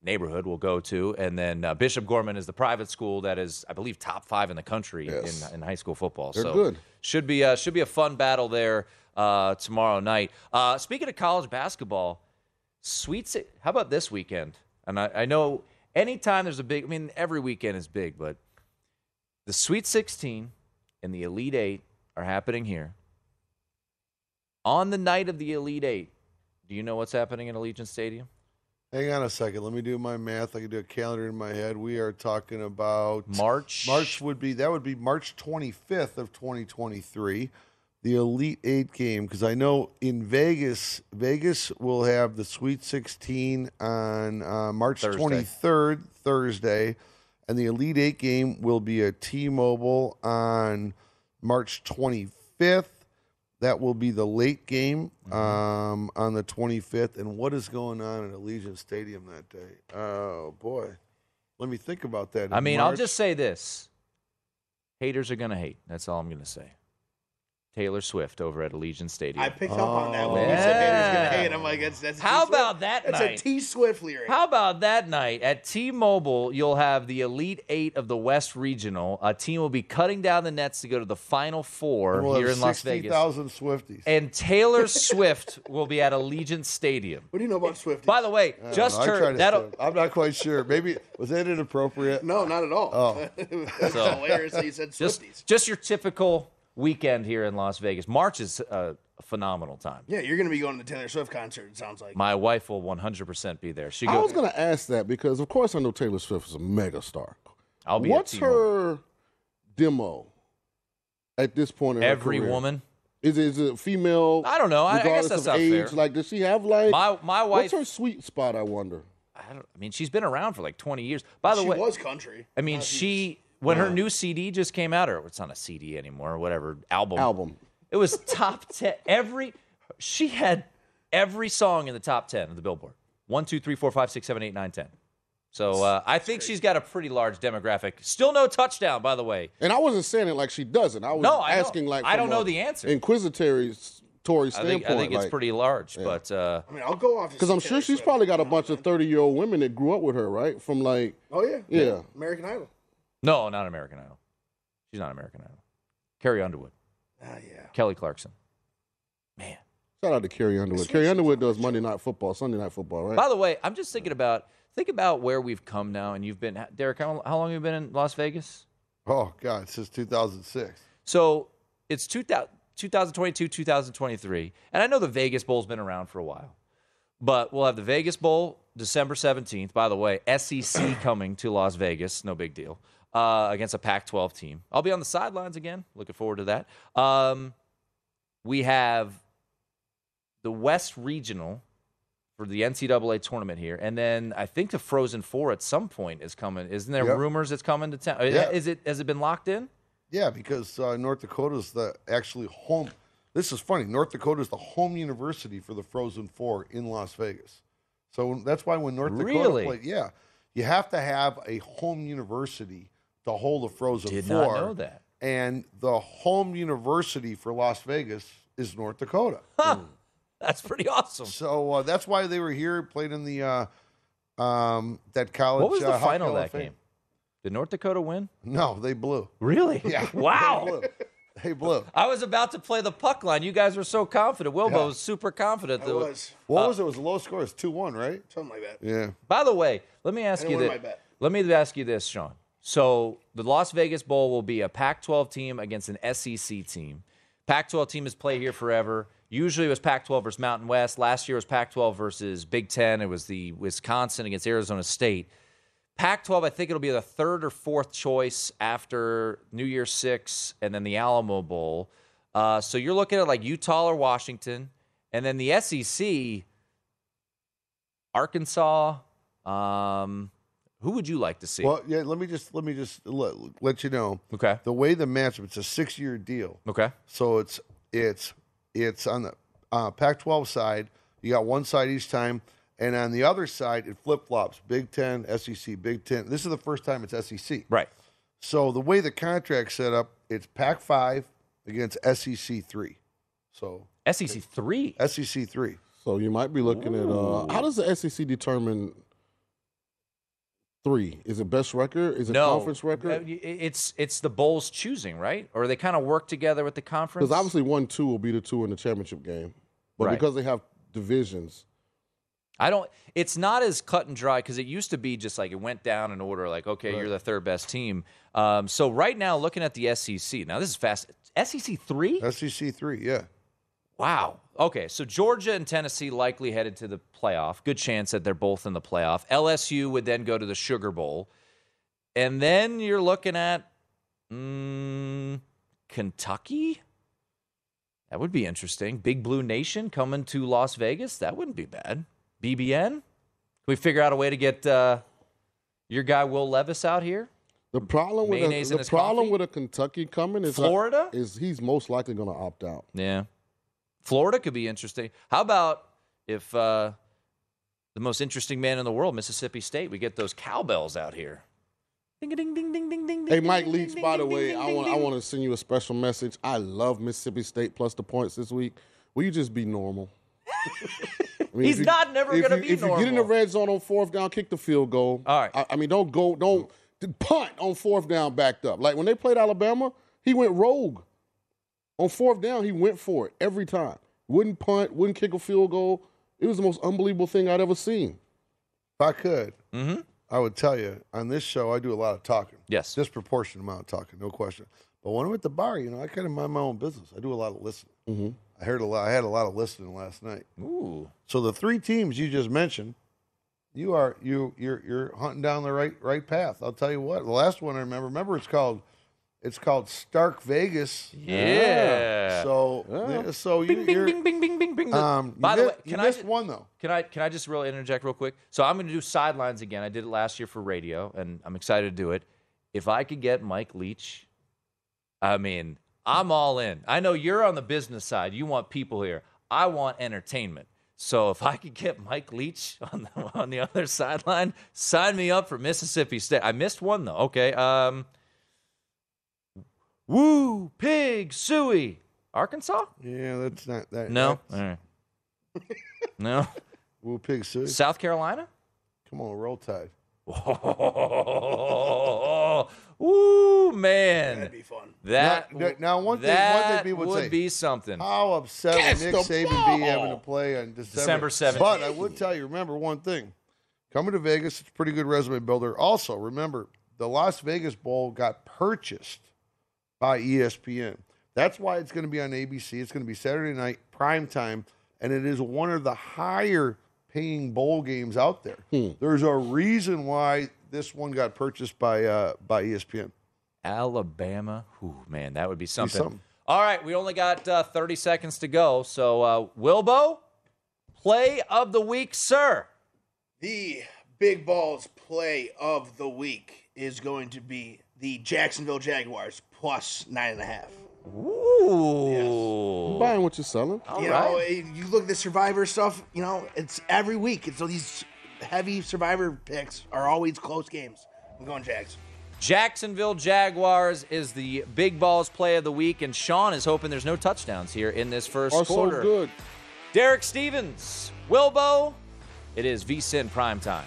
[SPEAKER 3] neighborhood, will go to. And then uh, Bishop Gorman is the private school that is, I believe, top five in the country
[SPEAKER 6] Yes.
[SPEAKER 3] in, in high school football.
[SPEAKER 6] They're
[SPEAKER 3] so
[SPEAKER 6] good.
[SPEAKER 3] should be uh, should be a fun battle there uh, tomorrow night. Uh, speaking of college basketball, Sweet. Si- How about this weekend? And I, I know anytime there's a big. I mean, every weekend is big, but the Sweet 16 and the Elite Eight are happening here. On the night of the Elite Eight, do you know what's happening in Allegiant Stadium?
[SPEAKER 4] Hang on a second. Let me do my math. I can do a calendar in my head. We are talking about
[SPEAKER 3] March.
[SPEAKER 4] March would be that would be March 25th of 2023, the Elite Eight game. Because I know in Vegas, Vegas will have the Sweet 16 on uh, March
[SPEAKER 3] Thursday.
[SPEAKER 4] 23rd, Thursday, and the Elite Eight game will be a T-Mobile on March 25th. That will be the late game
[SPEAKER 3] Mm-hmm.
[SPEAKER 4] um, on the 25th. And what is going on at Allegiant Stadium that day? Oh, boy. Let me think about that.
[SPEAKER 3] I
[SPEAKER 4] In
[SPEAKER 3] mean, I'll
[SPEAKER 4] March-
[SPEAKER 3] just say this haters are going to hate. That's all I'm going to say. Taylor Swift over at Allegiant Stadium. Oh,
[SPEAKER 5] I picked up on that when you said haters gonna hate. I'm like, that's that's. a
[SPEAKER 3] How
[SPEAKER 5] T Swift-
[SPEAKER 3] about that
[SPEAKER 5] That's
[SPEAKER 3] night?
[SPEAKER 5] a T Swift lyric.
[SPEAKER 3] How about that night at T-Mobile? You'll have the Elite Eight of the West Regional. A team will be cutting down the nets to go to the Final Four
[SPEAKER 4] And we'll have
[SPEAKER 3] here in Las Vegas.
[SPEAKER 4] 60,000 Swifties.
[SPEAKER 3] And Taylor Swift will be at Allegiant Stadium.
[SPEAKER 5] What do you know about Swifties?
[SPEAKER 3] By the way,
[SPEAKER 4] I don't
[SPEAKER 3] just
[SPEAKER 4] know. I tried
[SPEAKER 3] turned
[SPEAKER 4] to
[SPEAKER 3] that'll.
[SPEAKER 4] say- I'm not quite sure. Maybe was that inappropriate?
[SPEAKER 5] No, not at all.
[SPEAKER 4] Oh.
[SPEAKER 5] That's
[SPEAKER 3] So-
[SPEAKER 5] hilarious that you said
[SPEAKER 3] just,
[SPEAKER 5] Swifties.
[SPEAKER 3] just your typical weekend here in Las Vegas. March is a phenomenal time.
[SPEAKER 5] Yeah, you're gonna be going to the Taylor Swift concert. It sounds like.
[SPEAKER 3] My wife will 100% be there. She
[SPEAKER 6] I
[SPEAKER 3] goes.
[SPEAKER 6] was going to ask that because, of course, I know Taylor Swift is a mega star.
[SPEAKER 3] I'll be at
[SPEAKER 6] What's her demo at this point in her
[SPEAKER 3] Every
[SPEAKER 6] career?
[SPEAKER 3] woman.
[SPEAKER 6] Is it, is it female?
[SPEAKER 3] I don't know. I- I guess
[SPEAKER 6] regardless
[SPEAKER 3] that's
[SPEAKER 6] of
[SPEAKER 3] not
[SPEAKER 6] age?
[SPEAKER 3] fair.
[SPEAKER 6] Like, does she have like
[SPEAKER 3] My- my wife-
[SPEAKER 6] What's her sweet spot? I wonder.
[SPEAKER 3] I, don't, I mean, she's been around for like 20 years. By the
[SPEAKER 5] she
[SPEAKER 3] way,
[SPEAKER 5] was country.
[SPEAKER 3] I mean, she when her new CD just came out, or it's not a CD anymore, or whatever album.
[SPEAKER 6] Album.
[SPEAKER 3] It was top ten. Every she had every song in the top ten of the Billboard. One, two, three, four, five, six, seven, eight, nine, ten. So uh, I think she's got a pretty large demographic. Still no touchdown, by the way.
[SPEAKER 6] And I wasn't saying it like she doesn't. I was
[SPEAKER 3] No, I know.
[SPEAKER 6] asking like
[SPEAKER 3] I don't
[SPEAKER 6] from
[SPEAKER 3] know
[SPEAKER 6] a
[SPEAKER 3] the answer.
[SPEAKER 6] Inquisitory Tory
[SPEAKER 3] I
[SPEAKER 6] standpoint.
[SPEAKER 3] think, I think it's
[SPEAKER 6] like-
[SPEAKER 3] pretty large, but uh,
[SPEAKER 5] I mean, I'll go off.
[SPEAKER 6] Because I'm sure she's probably got a bunch of 30 year old women that grew up with her, right? From like,
[SPEAKER 5] Oh yeah.
[SPEAKER 6] Yeah.
[SPEAKER 5] American Idol.
[SPEAKER 3] no, not American Idol. She's not American Idol. Carrie Underwood,
[SPEAKER 5] Ah yeah.
[SPEAKER 3] Kelly Clarkson.
[SPEAKER 6] shout out to Carrie Underwood. Carrie Underwood does Monday Night Football, Sunday Night Football, right?
[SPEAKER 3] By the way, I'm just thinking about think about where we've come now, and you've been Derek. How, how long have you been in Las Vegas?
[SPEAKER 4] Oh God, since 2006.
[SPEAKER 3] So it's 2000, 2022, 2023, and I know the Vegas Bowl's been around for a while, but we'll have the Vegas Bowl December 17th. By the way, SEC coming to Las Vegas, no big deal. Uh, against a Pac-12 team, I'll be on the sidelines again. Looking forward to that. Um, we have the West Regional for the NCAA tournament here, and then I think the Frozen Four at some point is coming. Isn't there
[SPEAKER 4] Yep.
[SPEAKER 3] rumors it's coming to town?
[SPEAKER 4] Yeah.
[SPEAKER 3] Is it has it been locked in?
[SPEAKER 4] Yeah, because uh, North Dakota's the actually home. This is funny. North Dakota's the home university for the Frozen Four in Las Vegas. So when- that's why when North Dakota
[SPEAKER 3] Really?
[SPEAKER 4] played, yeah, you have to have a home university to hold the Frozen
[SPEAKER 3] Did
[SPEAKER 4] Four.
[SPEAKER 3] not know that.
[SPEAKER 4] And the home university for Las Vegas is North Dakota.
[SPEAKER 3] That's pretty awesome.
[SPEAKER 4] So uh, that's why they were here, played in the uh, um, that college.
[SPEAKER 3] What was the
[SPEAKER 4] uh, Hockey
[SPEAKER 3] final
[SPEAKER 4] Hall of
[SPEAKER 3] that
[SPEAKER 4] Fame.
[SPEAKER 3] game? Did North Dakota win?
[SPEAKER 4] No, they blew.
[SPEAKER 3] Really?
[SPEAKER 4] Yeah.
[SPEAKER 3] Wow.
[SPEAKER 4] They blew. They blew.
[SPEAKER 3] I was about to play the puck line. You guys were so confident. Wilbo
[SPEAKER 4] Yeah.
[SPEAKER 3] was super confident.
[SPEAKER 5] I
[SPEAKER 3] that-
[SPEAKER 5] was.
[SPEAKER 4] What
[SPEAKER 3] Uh,
[SPEAKER 4] was it? It was a low score. It's two one, right?
[SPEAKER 5] Something like that.
[SPEAKER 4] Yeah.
[SPEAKER 3] By the way, let me ask
[SPEAKER 5] I
[SPEAKER 3] you
[SPEAKER 5] won my
[SPEAKER 3] this.
[SPEAKER 5] bet.
[SPEAKER 3] Let me ask you this, Sean. So the Las Vegas Bowl will be a Pac-12 team against an SEC team. Pac-12 team has played here forever. Usually it was Pac-12 versus Mountain West. Last year it was Pac-12 versus Big Ten. It was the Wisconsin against Arizona State. Pac 12, I think it'll be the third or fourth choice after New Year's Six and then the Alamo Bowl. Uh, so you're looking at like Utah or Washington. And then the E SEC, Arkansas. Um, who would you like to see?
[SPEAKER 4] Well, yeah. Let me just let me just let, let you know.
[SPEAKER 3] Okay.
[SPEAKER 4] The way the matchup, it's a six-year deal.
[SPEAKER 3] Okay.
[SPEAKER 4] So it's it's it's on the uh, Pac-12 side. You got one side each time, and on the other side, it flip-flops. Big Ten, SEC, Big Ten. This is the first time it's SEC.
[SPEAKER 3] Right.
[SPEAKER 4] So the way the contract's set up, it's Pac-5 against SEC three. So
[SPEAKER 3] SEC E three.
[SPEAKER 4] SEC three.
[SPEAKER 6] So you might be looking at uh, how does the SEC determine three? Is it best record? Is it
[SPEAKER 3] no,
[SPEAKER 6] conference
[SPEAKER 3] Uh,
[SPEAKER 6] record?
[SPEAKER 3] y- It's it's the bowls choosing, right? Or they kind of work together with the conference.
[SPEAKER 6] Because obviously one two will be the two in the championship game, but
[SPEAKER 3] Right.
[SPEAKER 6] because they have divisions,
[SPEAKER 3] I don't. It's not as cut and dry because it used to be just like it went down in order. Like, okay, you're the third best team. Um, so right now, looking at the SEC. Now this is fast. SEC three.
[SPEAKER 4] SEC E three. Yeah.
[SPEAKER 3] Wow. Okay. So Georgia and Tennessee likely headed to the playoff. Good chance that they're both in the playoff. LSU would then go to the Sugar Bowl, and then you're looking at mm, Kentucky. That would be interesting. Big Blue Nation coming to Las Vegas. That wouldn't be bad. BBN. Can we figure out a way to get uh, your guy Will Levis out here?
[SPEAKER 6] The problem with
[SPEAKER 3] Mayonnaise
[SPEAKER 6] a,
[SPEAKER 3] in
[SPEAKER 6] the
[SPEAKER 3] his
[SPEAKER 6] problem with a Kentucky coming is that-
[SPEAKER 3] Florida?
[SPEAKER 6] is he's most likely going to opt out.
[SPEAKER 3] Yeah. Florida could be interesting. How about if uh, the most interesting man in the world, Mississippi State, we get those cowbells out here? Ding ding ding ding ding ding.
[SPEAKER 6] Hey, Mike Leach. By the way, I want I want to send you a special message. I love Mississippi State plus the points this week. Will you just be normal? I mean, if
[SPEAKER 3] He's not never
[SPEAKER 6] if
[SPEAKER 3] gonna
[SPEAKER 6] you-
[SPEAKER 3] be
[SPEAKER 6] If you get in the
[SPEAKER 3] normal.
[SPEAKER 6] red zone on fourth down, kick the field goal. All right. I, I mean, don't go, don't d- punt on fourth down, backed up. Like when they played Alabama, he went rogue. On fourth down, he went for it every time. Wouldn't punt, wouldn't kick a field goal. It was the most unbelievable thing I'd ever seen.
[SPEAKER 4] If I could, I would tell you on this show, I do a lot of talking.
[SPEAKER 3] Mm-hmm. Yes.
[SPEAKER 4] Disproportionate amount of talking, no question. But when I'm at the bar, you know, I kind of mind my own business. I do a lot of listening.
[SPEAKER 6] Mm-hmm.
[SPEAKER 4] I heard a lot. I had a lot of listening last night.
[SPEAKER 3] Ooh.
[SPEAKER 4] So the three teams you just mentioned, you are you you're you're hunting down the right right path. I'll tell you what. The last one I remember. Remember, it's called it's called Stark Vegas.
[SPEAKER 3] Yeah.
[SPEAKER 4] So
[SPEAKER 3] Yeah.
[SPEAKER 4] so you,
[SPEAKER 3] Bing,
[SPEAKER 4] you're
[SPEAKER 3] bing, bing, bing, bing, bing.
[SPEAKER 4] Um, you
[SPEAKER 3] By the
[SPEAKER 4] mi-
[SPEAKER 3] way,
[SPEAKER 4] you
[SPEAKER 3] can I
[SPEAKER 4] missed
[SPEAKER 3] ju-
[SPEAKER 4] one though.
[SPEAKER 3] Can I can I just really interject real quick? So I'm going to do sidelines again. I did it last year for radio, and I'm excited to do it. If I could get Mike Leach, I mean, I'm all in. I know you're on the business side. You want people here. I want entertainment. So if I could get Mike Leach on the on the other sideline, sign me up for Mississippi State. I missed one though. Okay. Um, woo pig suey, Arkansas.
[SPEAKER 4] Yeah, that's not that.
[SPEAKER 3] No.
[SPEAKER 4] that's-
[SPEAKER 3] All right. No.
[SPEAKER 4] Woo pig suey.
[SPEAKER 3] South Carolina.
[SPEAKER 4] Come on, roll tide.
[SPEAKER 3] Oh, ooh, man. That'd be fun. That
[SPEAKER 4] Now- now, one thing- one thing
[SPEAKER 3] that
[SPEAKER 4] people would say,
[SPEAKER 3] be something.
[SPEAKER 4] How upset
[SPEAKER 3] Catch
[SPEAKER 4] would Nick
[SPEAKER 3] the
[SPEAKER 4] Saban be
[SPEAKER 3] ball.
[SPEAKER 4] having to play on December
[SPEAKER 3] December 17th.
[SPEAKER 4] But I would tell you, remember one thing: coming to Vegas, it's a pretty good resume builder. Also, remember the Las Vegas Bowl got purchased by E ESPN. That's why it's going to be on ABC. It's going to be Saturday night prime time, and it is one of the higher paying bowl games out there. There's a reason why this one got purchased by uh, by ESPN.
[SPEAKER 3] Alabama, ooh, man, that would be something.
[SPEAKER 4] something.
[SPEAKER 3] All right, we only got uh, 30 seconds to go. So, uh, Wilbo, play of the week, sir.
[SPEAKER 5] The Big Balls play of the week is going to be the Jacksonville Jaguars plus nine and a half.
[SPEAKER 3] Ooh.
[SPEAKER 6] I'm buying what you're selling.
[SPEAKER 5] you know, eh, you look at the Survivor stuff. You know, it's every week. It's so these heavy Survivor picks are always close games. I'm going Jags.
[SPEAKER 3] Jacksonville Jaguars is the big balls play of the week, and Sean is hoping there's no touchdowns here in this first
[SPEAKER 6] Are so
[SPEAKER 3] quarter.
[SPEAKER 6] good.
[SPEAKER 3] Derek Stevens, Wilbo, it is VSIN prime time.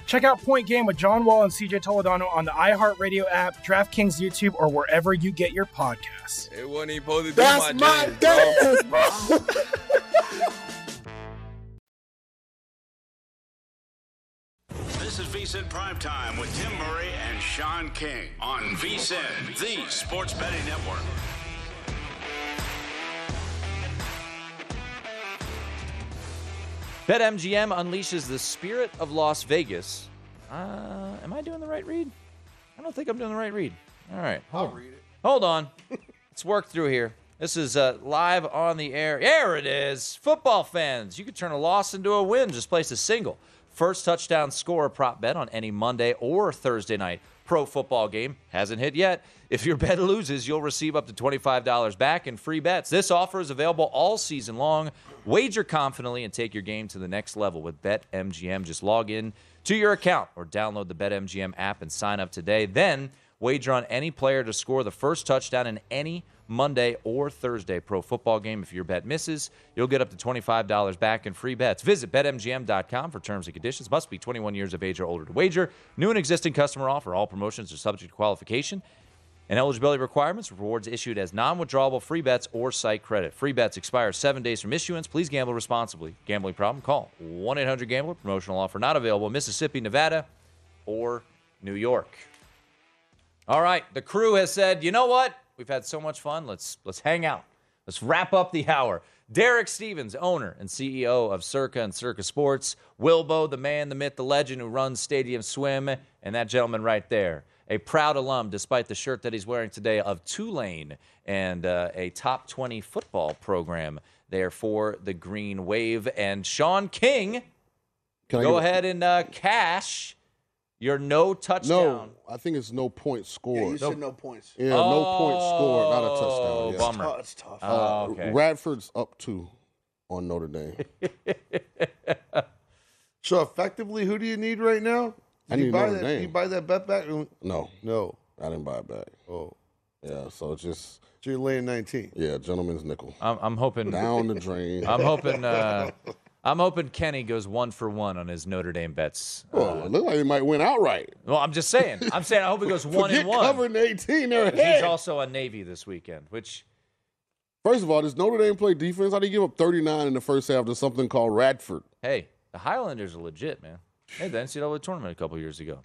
[SPEAKER 7] Check out Point Game with John Wall and CJ Toledano on the iHeartRadio app, DraftKings YouTube, or wherever you get your podcasts.
[SPEAKER 8] It wasn't even supposed to be
[SPEAKER 7] That's
[SPEAKER 8] my,
[SPEAKER 7] my
[SPEAKER 8] dance, bro.
[SPEAKER 2] This is VSIN Primetime with Tim Murray and Sean King on VSIN, the sports betting network.
[SPEAKER 3] BetMGM unleashes the spirit of Las Vegas. Uh, am I doing the right read? I don't think I'm doing the right read. All right. Hold I'll read it. Hold on. Let's work through here. This is uh, live on the air. There it is. Football fans, you can turn a loss into a win. Just place a single. First touchdown score prop bet on any Monday or Thursday night pro football game. Hasn't hit yet. If your bet loses, you'll receive up to $25 back in free bets. This offer is available all season long. Wager confidently and take your game to the next level with BetMGM. Just log in to your account or download the BetMGM app and sign up today. Then wager on any player to score the first touchdown in any Monday or Thursday pro football game. If your bet misses, you'll get up to $25 back in free bets. Visit betmgm.com for terms and conditions. Must be 21 years of age or older to wager. New and existing customer offer. All promotions are subject to qualification and eligibility requirements. Rewards issued as non withdrawable free bets or site credit. Free bets expire seven days from issuance. Please gamble responsibly. Gambling problem? Call 1 800 Gambler. Promotional offer not available in Mississippi, Nevada, or New York. All right, the crew has said, you know what? We've had so much fun. Let's let's hang out. Let's wrap up the hour. Derek Stevens, owner and CEO of Circa and Circa Sports. Wilbo, the man, the myth, the legend who runs Stadium Swim, and that gentleman right there, a proud alum, despite the shirt that he's wearing today of Tulane and uh, a top 20 football program there for the Green Wave. And Sean King,
[SPEAKER 6] Can I
[SPEAKER 3] go
[SPEAKER 6] give a-
[SPEAKER 3] ahead and uh, cash your no touchdown.
[SPEAKER 6] No, I think it's no points scored.
[SPEAKER 3] you said
[SPEAKER 5] no points.
[SPEAKER 6] Yeah, no points scored, not a touchdown.
[SPEAKER 3] Oh,
[SPEAKER 6] yeah.
[SPEAKER 3] bummer.
[SPEAKER 5] It's tough.
[SPEAKER 6] Uh,
[SPEAKER 3] Oh, okay.
[SPEAKER 6] Radford's up two on Notre Dame.
[SPEAKER 4] So effectively, who do you need right now?
[SPEAKER 6] I
[SPEAKER 4] Did you
[SPEAKER 6] need
[SPEAKER 4] buy
[SPEAKER 6] Notre
[SPEAKER 4] that?
[SPEAKER 6] Dame.
[SPEAKER 4] You buy that bet back? So
[SPEAKER 6] No, no, I didn't buy it back. Oh, yeah. So it's just
[SPEAKER 4] you're laying 19.
[SPEAKER 6] yeah, gentleman's nickel.
[SPEAKER 3] I'm, I'm hoping
[SPEAKER 6] down the drain.
[SPEAKER 3] I'm hoping. Uh, I'm hoping Kenny goes one for one on his Notre Dame bets. Uh,
[SPEAKER 6] Well, it looked like they might win outright.
[SPEAKER 3] Well, I'm just saying. I'm saying I hope he goes one and
[SPEAKER 6] Forget
[SPEAKER 3] one.
[SPEAKER 6] covering the 18. They're
[SPEAKER 3] He's
[SPEAKER 6] ahead.
[SPEAKER 3] also on Navy this weekend, which
[SPEAKER 6] First of all, does Notre Dame play defense? How do you give up 39 in the first half to something called Radford?
[SPEAKER 3] hey, the Highlanders are legit, man. Hey, the NCAA tournament a couple years ago.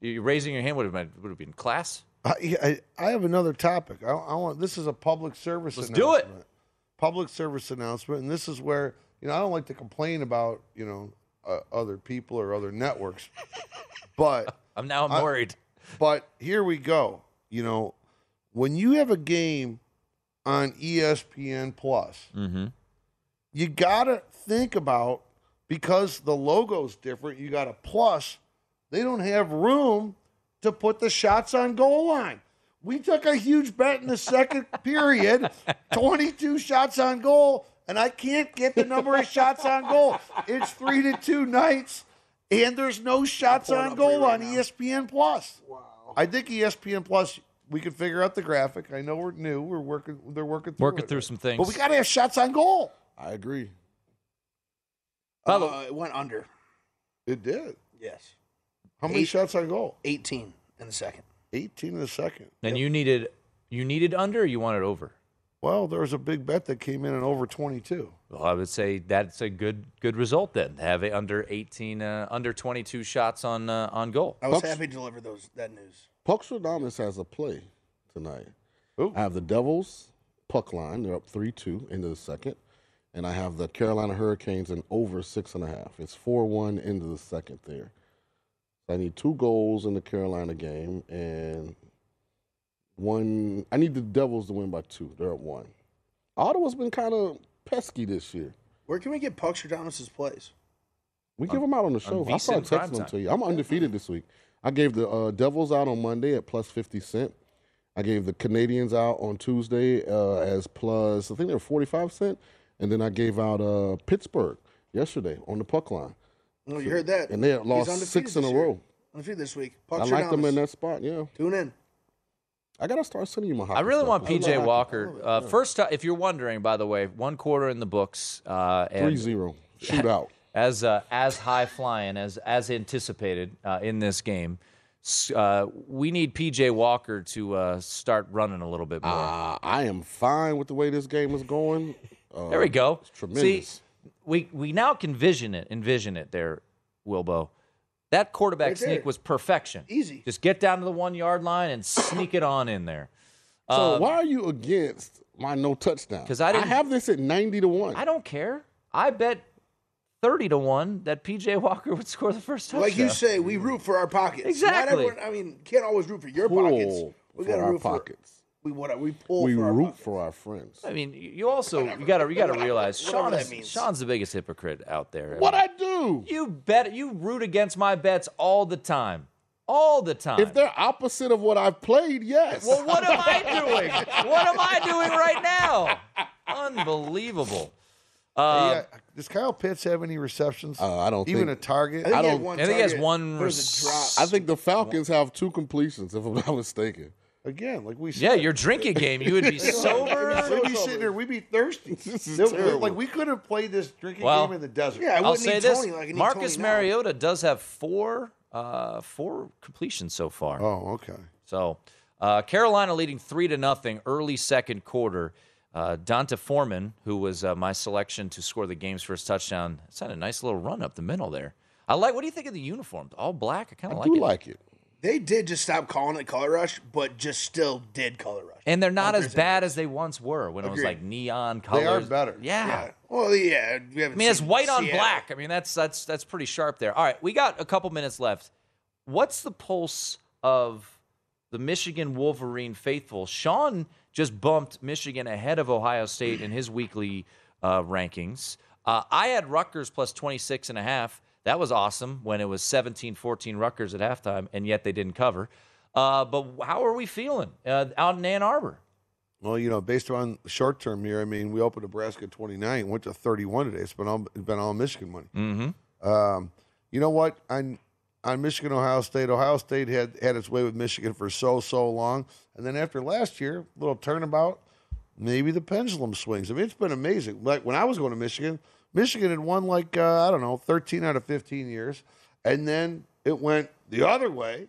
[SPEAKER 3] You raising your hand would have been would have been class.
[SPEAKER 4] I, I, I have another topic. I, I want this is a public service.
[SPEAKER 3] Let's do it.
[SPEAKER 4] announcement. Public service announcement, and this is where you know I don't like to complain about you know uh, other people or other networks, but
[SPEAKER 3] I'm now I'm
[SPEAKER 4] I-
[SPEAKER 3] worried.
[SPEAKER 4] But here we go. You know, when you have a game on E ESPN Plus,
[SPEAKER 3] Mm-hmm.
[SPEAKER 4] you gotta think about because the logo's different. You got a plus. They don't have room to put the shots on goal line. We took a huge bet in the second period, 22 shots on goal, and I can't get the number of shots on goal. It's three to two nights, and there's no shots on goal on E ESPN Plus. Wow. I think E ESPN Plus. We could figure out the graphic. I know we're new. We're working. They're working through
[SPEAKER 3] Working
[SPEAKER 4] it.
[SPEAKER 3] through some
[SPEAKER 4] But
[SPEAKER 3] things.
[SPEAKER 4] we got to have shots on goal.
[SPEAKER 6] I agree.
[SPEAKER 5] Uh, it went under.
[SPEAKER 4] It did.
[SPEAKER 5] Yes.
[SPEAKER 4] How many
[SPEAKER 5] Eight-
[SPEAKER 4] shots on goal?
[SPEAKER 5] 18 in the second.
[SPEAKER 4] 18 in the second.
[SPEAKER 3] And you needed you needed under or you wanted over?
[SPEAKER 4] Well, there was a big bet that came in at over 22.
[SPEAKER 3] Well, I would say that's a good good result then. to Have a under 18 uh, under 22 shots on uh, on goal.
[SPEAKER 5] I was happy to deliver those that news.
[SPEAKER 6] Pucks Radamus has a play tonight. I have the Devils puck line. They're up 3 2 into the second. And I have the Carolina Hurricanes in over six and a half. It's 4 1 into the second there. I need two goals in the Carolina game and one. I need the Devils to win by two. They're at one. Ottawa's been kind of pesky this year.
[SPEAKER 5] Where can we get Puck Stradamus' plays?
[SPEAKER 6] We give them out on the show.
[SPEAKER 5] on
[SPEAKER 6] I probably
[SPEAKER 5] VSiN
[SPEAKER 6] text
[SPEAKER 5] Primetime.
[SPEAKER 6] them to you. I'm undefeated this week. I gave the uh, Devils out on Monday at plus 50 cent. I gave the Canadians out on Tuesday uh, as plus, I think they were 45 cent. And then I gave out uh, Pittsburgh yesterday on the puck line.
[SPEAKER 5] Oh, you
[SPEAKER 6] So-
[SPEAKER 5] heard that.
[SPEAKER 6] And they had
[SPEAKER 5] He's
[SPEAKER 6] lost
[SPEAKER 5] undefeated
[SPEAKER 6] six in a
[SPEAKER 5] this year.
[SPEAKER 6] row.
[SPEAKER 5] Undefeated this week.
[SPEAKER 6] I
[SPEAKER 5] Puck
[SPEAKER 6] like them
[SPEAKER 5] Stradamus.
[SPEAKER 6] in that spot, yeah.
[SPEAKER 5] Tune in.
[SPEAKER 6] I got to start sending you my hockey
[SPEAKER 3] I really
[SPEAKER 6] stuff.
[SPEAKER 3] want
[SPEAKER 6] I love
[SPEAKER 3] PJ
[SPEAKER 6] hockey.
[SPEAKER 3] Walker. Uh, first, ti- if you're wondering, by the way, one quarter in the books. Uh, and
[SPEAKER 6] 3-0 shootout.
[SPEAKER 3] as uh, as high flying as as anticipated uh, in this game. S- Uh, we need PJ Walker to uh, start running a little bit more.
[SPEAKER 6] Uh, I am fine with the way this game is going. Uh,
[SPEAKER 3] There we go.
[SPEAKER 6] It's tremendous.
[SPEAKER 3] See, we we now can vision it, envision it there, Wilbo. That quarterback
[SPEAKER 5] Right there.
[SPEAKER 3] sneak was perfection.
[SPEAKER 5] Easy.
[SPEAKER 3] Just get down to the one yard line and sneak it on in there.
[SPEAKER 6] So
[SPEAKER 3] Um,
[SPEAKER 6] why are you against my no touchdown?
[SPEAKER 3] 'Cause I didn't-
[SPEAKER 6] have this at ninety to one.
[SPEAKER 3] I don't care. I bet thirty to one that PJ Walker would score the first touchdown.
[SPEAKER 5] Like you say, we root for our pockets. Not
[SPEAKER 3] Exactly.
[SPEAKER 5] everyone- I mean, can't always root for your
[SPEAKER 6] pull
[SPEAKER 5] pockets. We got
[SPEAKER 6] for
[SPEAKER 5] to
[SPEAKER 6] our
[SPEAKER 5] root for
[SPEAKER 6] pockets.
[SPEAKER 5] we what we pull.
[SPEAKER 6] we
[SPEAKER 5] for our
[SPEAKER 6] root
[SPEAKER 5] pockets.
[SPEAKER 6] for our friends.
[SPEAKER 3] I mean, you you also you gotta you gotta realize
[SPEAKER 5] Whatever
[SPEAKER 3] Sean
[SPEAKER 5] that
[SPEAKER 3] is
[SPEAKER 5] means.
[SPEAKER 3] Sean's the biggest hypocrite out there.
[SPEAKER 6] What I do?
[SPEAKER 3] you bet you root against my bets all the time, all the time.
[SPEAKER 6] If they're opposite of what I've played, yes.
[SPEAKER 3] Well, what am I doing? What am I doing right now? Unbelievable. Uh,
[SPEAKER 4] yeah. Does Kyle Pitts have any receptions?
[SPEAKER 6] Uh, I don't
[SPEAKER 4] Even
[SPEAKER 6] think-
[SPEAKER 4] a target?
[SPEAKER 6] I I think he had don't- one
[SPEAKER 3] I think he has one
[SPEAKER 4] There was
[SPEAKER 3] rec-
[SPEAKER 4] a drop.
[SPEAKER 6] I think the Falcons have two completions, if I'm not mistaken.
[SPEAKER 4] Again, like we said.
[SPEAKER 3] Yeah, your drinking game, you would be sober.
[SPEAKER 4] We'd be sitting there. We'd be thirsty. There-
[SPEAKER 6] terrible.
[SPEAKER 4] like we could have played this drinking
[SPEAKER 3] Well,
[SPEAKER 4] game in the desert.
[SPEAKER 5] Yeah, I
[SPEAKER 3] I'll
[SPEAKER 5] wouldn't
[SPEAKER 3] say
[SPEAKER 5] need
[SPEAKER 3] this:
[SPEAKER 5] Tony like I need
[SPEAKER 3] Marcus
[SPEAKER 5] Tony now.
[SPEAKER 3] Mariota does have four, uh, four completions so far.
[SPEAKER 4] Oh, okay.
[SPEAKER 3] So uh, Carolina leading three to nothing early second quarter. Uh, Donta Foreman, who was uh, my selection to score the game's first touchdown, it's had a nice little run up the middle there. I like. What do you think of the uniforms? All black. I kind of
[SPEAKER 6] I
[SPEAKER 3] like
[SPEAKER 6] do
[SPEAKER 3] it.
[SPEAKER 6] like it.
[SPEAKER 5] They did just stop calling it color rush, but just still did color rush.
[SPEAKER 3] And they're
[SPEAKER 4] Oh,
[SPEAKER 3] not as bad as they once were when it was
[SPEAKER 5] Agreed.
[SPEAKER 3] like neon
[SPEAKER 4] They
[SPEAKER 3] colors.
[SPEAKER 4] are better.
[SPEAKER 3] Yeah.
[SPEAKER 5] Well, yeah. We
[SPEAKER 3] I
[SPEAKER 5] haven't
[SPEAKER 3] mean, it's
[SPEAKER 5] seen
[SPEAKER 3] white on
[SPEAKER 5] Seattle.
[SPEAKER 3] black. I mean, that's that's that's pretty sharp there. All right, we got a couple minutes left. What's the pulse of the Michigan Wolverine faithful? Sean just bumped Michigan ahead of Ohio State in his weekly uh, rankings. Uh, I had Rutgers plus 26 and a half. That was awesome when it was 17-14 Rutgers at halftime, and yet they didn't cover. Uh, but how are we feeling uh, out in Ann Arbor?
[SPEAKER 4] Well, you know, based on the short term here, I mean, we opened Nebraska at 29, went to 31 today. It's been all it's been all Michigan money.
[SPEAKER 3] Mm-hmm.
[SPEAKER 4] Um, you know what? On on Michigan, Ohio State, Ohio State had had its way with Michigan for so so long, and then after last year, little turnabout, maybe the pendulum swings. I mean, it's been amazing. Like when I was going to Michigan, Michigan had won like uh, I don't know, 13 out of 15 years, and then it went the other way.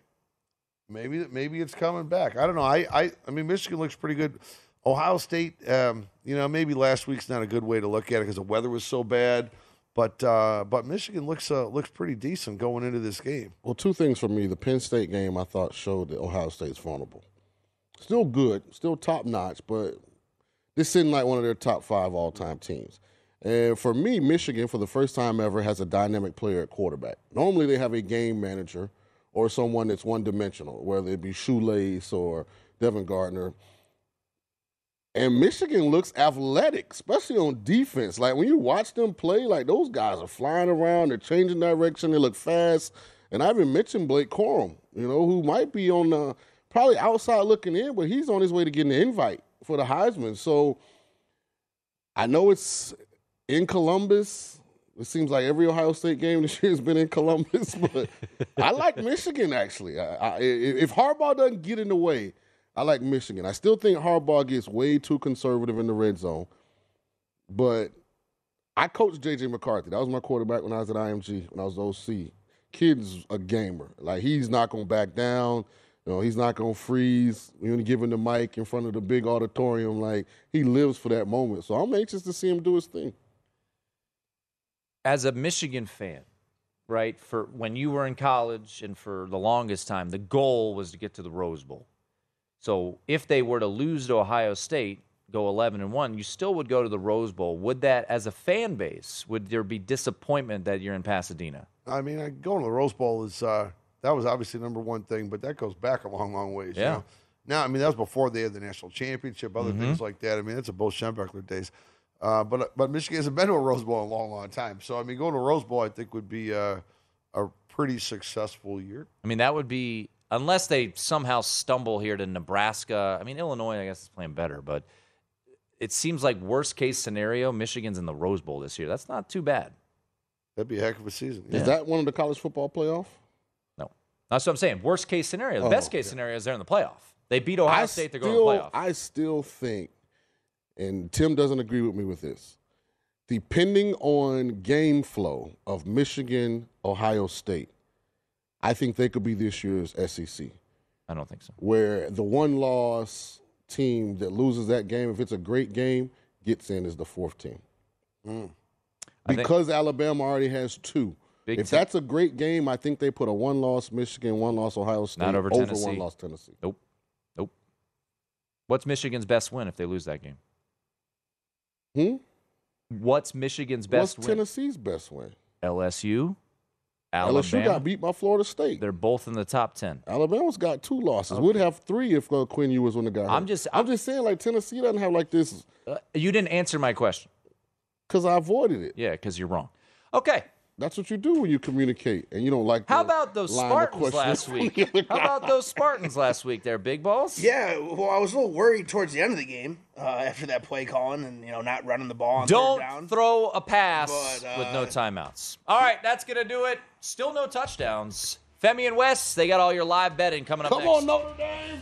[SPEAKER 4] Maybe maybe it's coming back. I don't know. I I, I mean, Michigan looks pretty good. Ohio State, um, you know, maybe last week's not a good way to look at it because the weather was so bad. But uh, but Michigan looks uh, looks pretty decent going into this game.
[SPEAKER 6] Well, two things for me. The Penn State game I thought showed that Ohio State's vulnerable. Still good, still top notch, but this isn't like one of their top five all time teams. And for me, Michigan, for the first time ever, has a dynamic player at quarterback. Normally, they have a game manager or someone that's one dimensional, whether it be Shoelace or Devin Gardner. And Michigan looks athletic, especially on defense. Like when you watch them play, like those guys are flying around, they're changing direction, they look fast. And I even mentioned Blake Corum, you know, who might be on the probably outside looking in, but he's on his way to getting the invite for the Heisman. So I know it's in Columbus. It seems like every Ohio State game this year has been in Columbus, but I like Michigan actually. I, I, i- if Harbaugh doesn't get in the way, I like Michigan. I still think Harbaugh gets way too conservative in the red zone, but I coached JJ McCarthy. That was my quarterback when I was at IMG, when I was OC. Kid's a gamer. Like he's not gonna back down. You know, he's not gonna freeze. When you give him the mic in front of the big auditorium, like he lives for that moment. So I'm anxious to see him do his thing.
[SPEAKER 3] as a Michigan fan, right, for when you were in college and for the longest time, the goal was to get to the Rose Bowl. So if they were to lose to Ohio State, go 11 and 1, you still would go to the Rose Bowl. Would that as a fan base, would there be disappointment that you're in Pasadena?
[SPEAKER 4] I mean, I- going to the Rose Bowl is uh, that was obviously number one thing, but that goes back a long, long ways. you
[SPEAKER 3] Yeah.
[SPEAKER 4] know? Now, I mean, that was before they had the national championship, other
[SPEAKER 3] Mhm.
[SPEAKER 4] things like that. I mean, that's a Bo Schembechler days. Uh, but but Michigan hasn't been to a Rose Bowl in a long, long time. So I mean, going to a Rose Bowl, I think would be uh, a pretty successful year.
[SPEAKER 3] I mean, that would be unless they somehow stumble here to Nebraska. I mean, Illinois, I guess, is playing better, but it seems like worst case scenario, Michigan's in the Rose Bowl this year. That's not too bad.
[SPEAKER 4] That'd be a heck of a season.
[SPEAKER 3] yeah.
[SPEAKER 6] Is that one of the college football playoff?
[SPEAKER 3] That's what I'm saying. Worst case scenario. The
[SPEAKER 6] Oh,
[SPEAKER 3] best case scenario is they're in the playoff. They beat Ohio
[SPEAKER 6] I
[SPEAKER 3] State, they're
[SPEAKER 6] still,
[SPEAKER 3] going to the playoff.
[SPEAKER 6] I still think, and Tim doesn't agree with me with this. Depending on game flow of Michigan, Ohio State, I think they could be this year's SEC.
[SPEAKER 3] I don't think so.
[SPEAKER 6] Where the one loss team that loses that game, if it's a great game, gets in as the fourth team.
[SPEAKER 3] I think-
[SPEAKER 6] Because Alabama already has two.
[SPEAKER 3] Big
[SPEAKER 6] if
[SPEAKER 3] Ten-
[SPEAKER 6] that's a great game, I think they put a one loss Michigan, one loss Ohio State
[SPEAKER 3] Not over Tennessee.
[SPEAKER 6] one loss Tennessee.
[SPEAKER 3] Nope. Nope. What's Michigan's best win if they lose that game?
[SPEAKER 6] Hmm?
[SPEAKER 3] What's Michigan's best
[SPEAKER 6] What's
[SPEAKER 3] win?
[SPEAKER 6] Tennesse's best win?
[SPEAKER 3] LSU. Alabama.
[SPEAKER 6] LSU got beat by Florida State.
[SPEAKER 3] They're both in the top 10.
[SPEAKER 6] Alabama's got two losses. Would have three if uh, Quinn Ewers wouldn't have got hurt.
[SPEAKER 3] I'm just-
[SPEAKER 6] I'm, just saying, like Tennessee doesn't have like this
[SPEAKER 3] You didn't answer my question.
[SPEAKER 6] because I avoided it.
[SPEAKER 3] Yeah, because you're wrong. Okay.
[SPEAKER 6] That's what you do when you communicate and you don't like.
[SPEAKER 3] How
[SPEAKER 6] the
[SPEAKER 3] about those
[SPEAKER 6] line of
[SPEAKER 3] Spartans
[SPEAKER 6] questioning
[SPEAKER 3] last
[SPEAKER 6] from
[SPEAKER 3] week?
[SPEAKER 6] the other
[SPEAKER 3] How
[SPEAKER 6] guy.
[SPEAKER 3] about those Spartans last week there, Big Balls?
[SPEAKER 5] Yeah, well, I was a little worried towards the end of the game uh, after that play calling and you know not running the ball on third down.
[SPEAKER 3] Don't throw a pass
[SPEAKER 5] But, uh,
[SPEAKER 3] with no timeouts. All right, that's gonna do it. Still no touchdowns. Femi and Wes, they got all your live betting coming up.
[SPEAKER 1] Come
[SPEAKER 3] next.
[SPEAKER 1] on,
[SPEAKER 4] Notre Dame!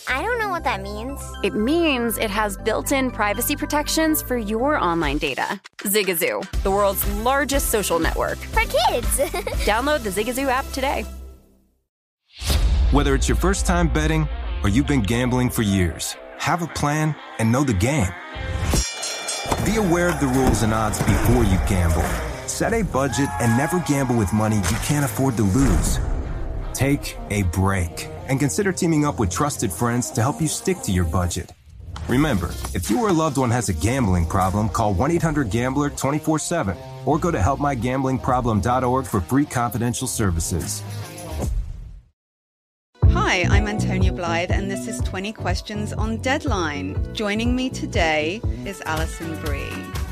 [SPEAKER 1] I don't know what that means.
[SPEAKER 9] It means it has built in privacy protections for your online data. Zigazoo, the world's largest social network.
[SPEAKER 1] For kids.
[SPEAKER 9] Download the Zigazoo app today.
[SPEAKER 10] Whether it's your first time betting or you've been gambling for years, have a plan and know the game. Be aware of the rules and odds before you gamble. Set a budget and never gamble with money you can't afford to lose. Take a break and consider teaming up with trusted friends to help you stick to your budget. Remember, if you or a loved one has a gambling problem, call 1 800 Gambler 24 7 or go to helpmygamblingproblem.org for free confidential services.
[SPEAKER 11] Hi, I'm Antonia Blythe, and this is 20 Questions on Deadline. Joining me today is Alison Bree.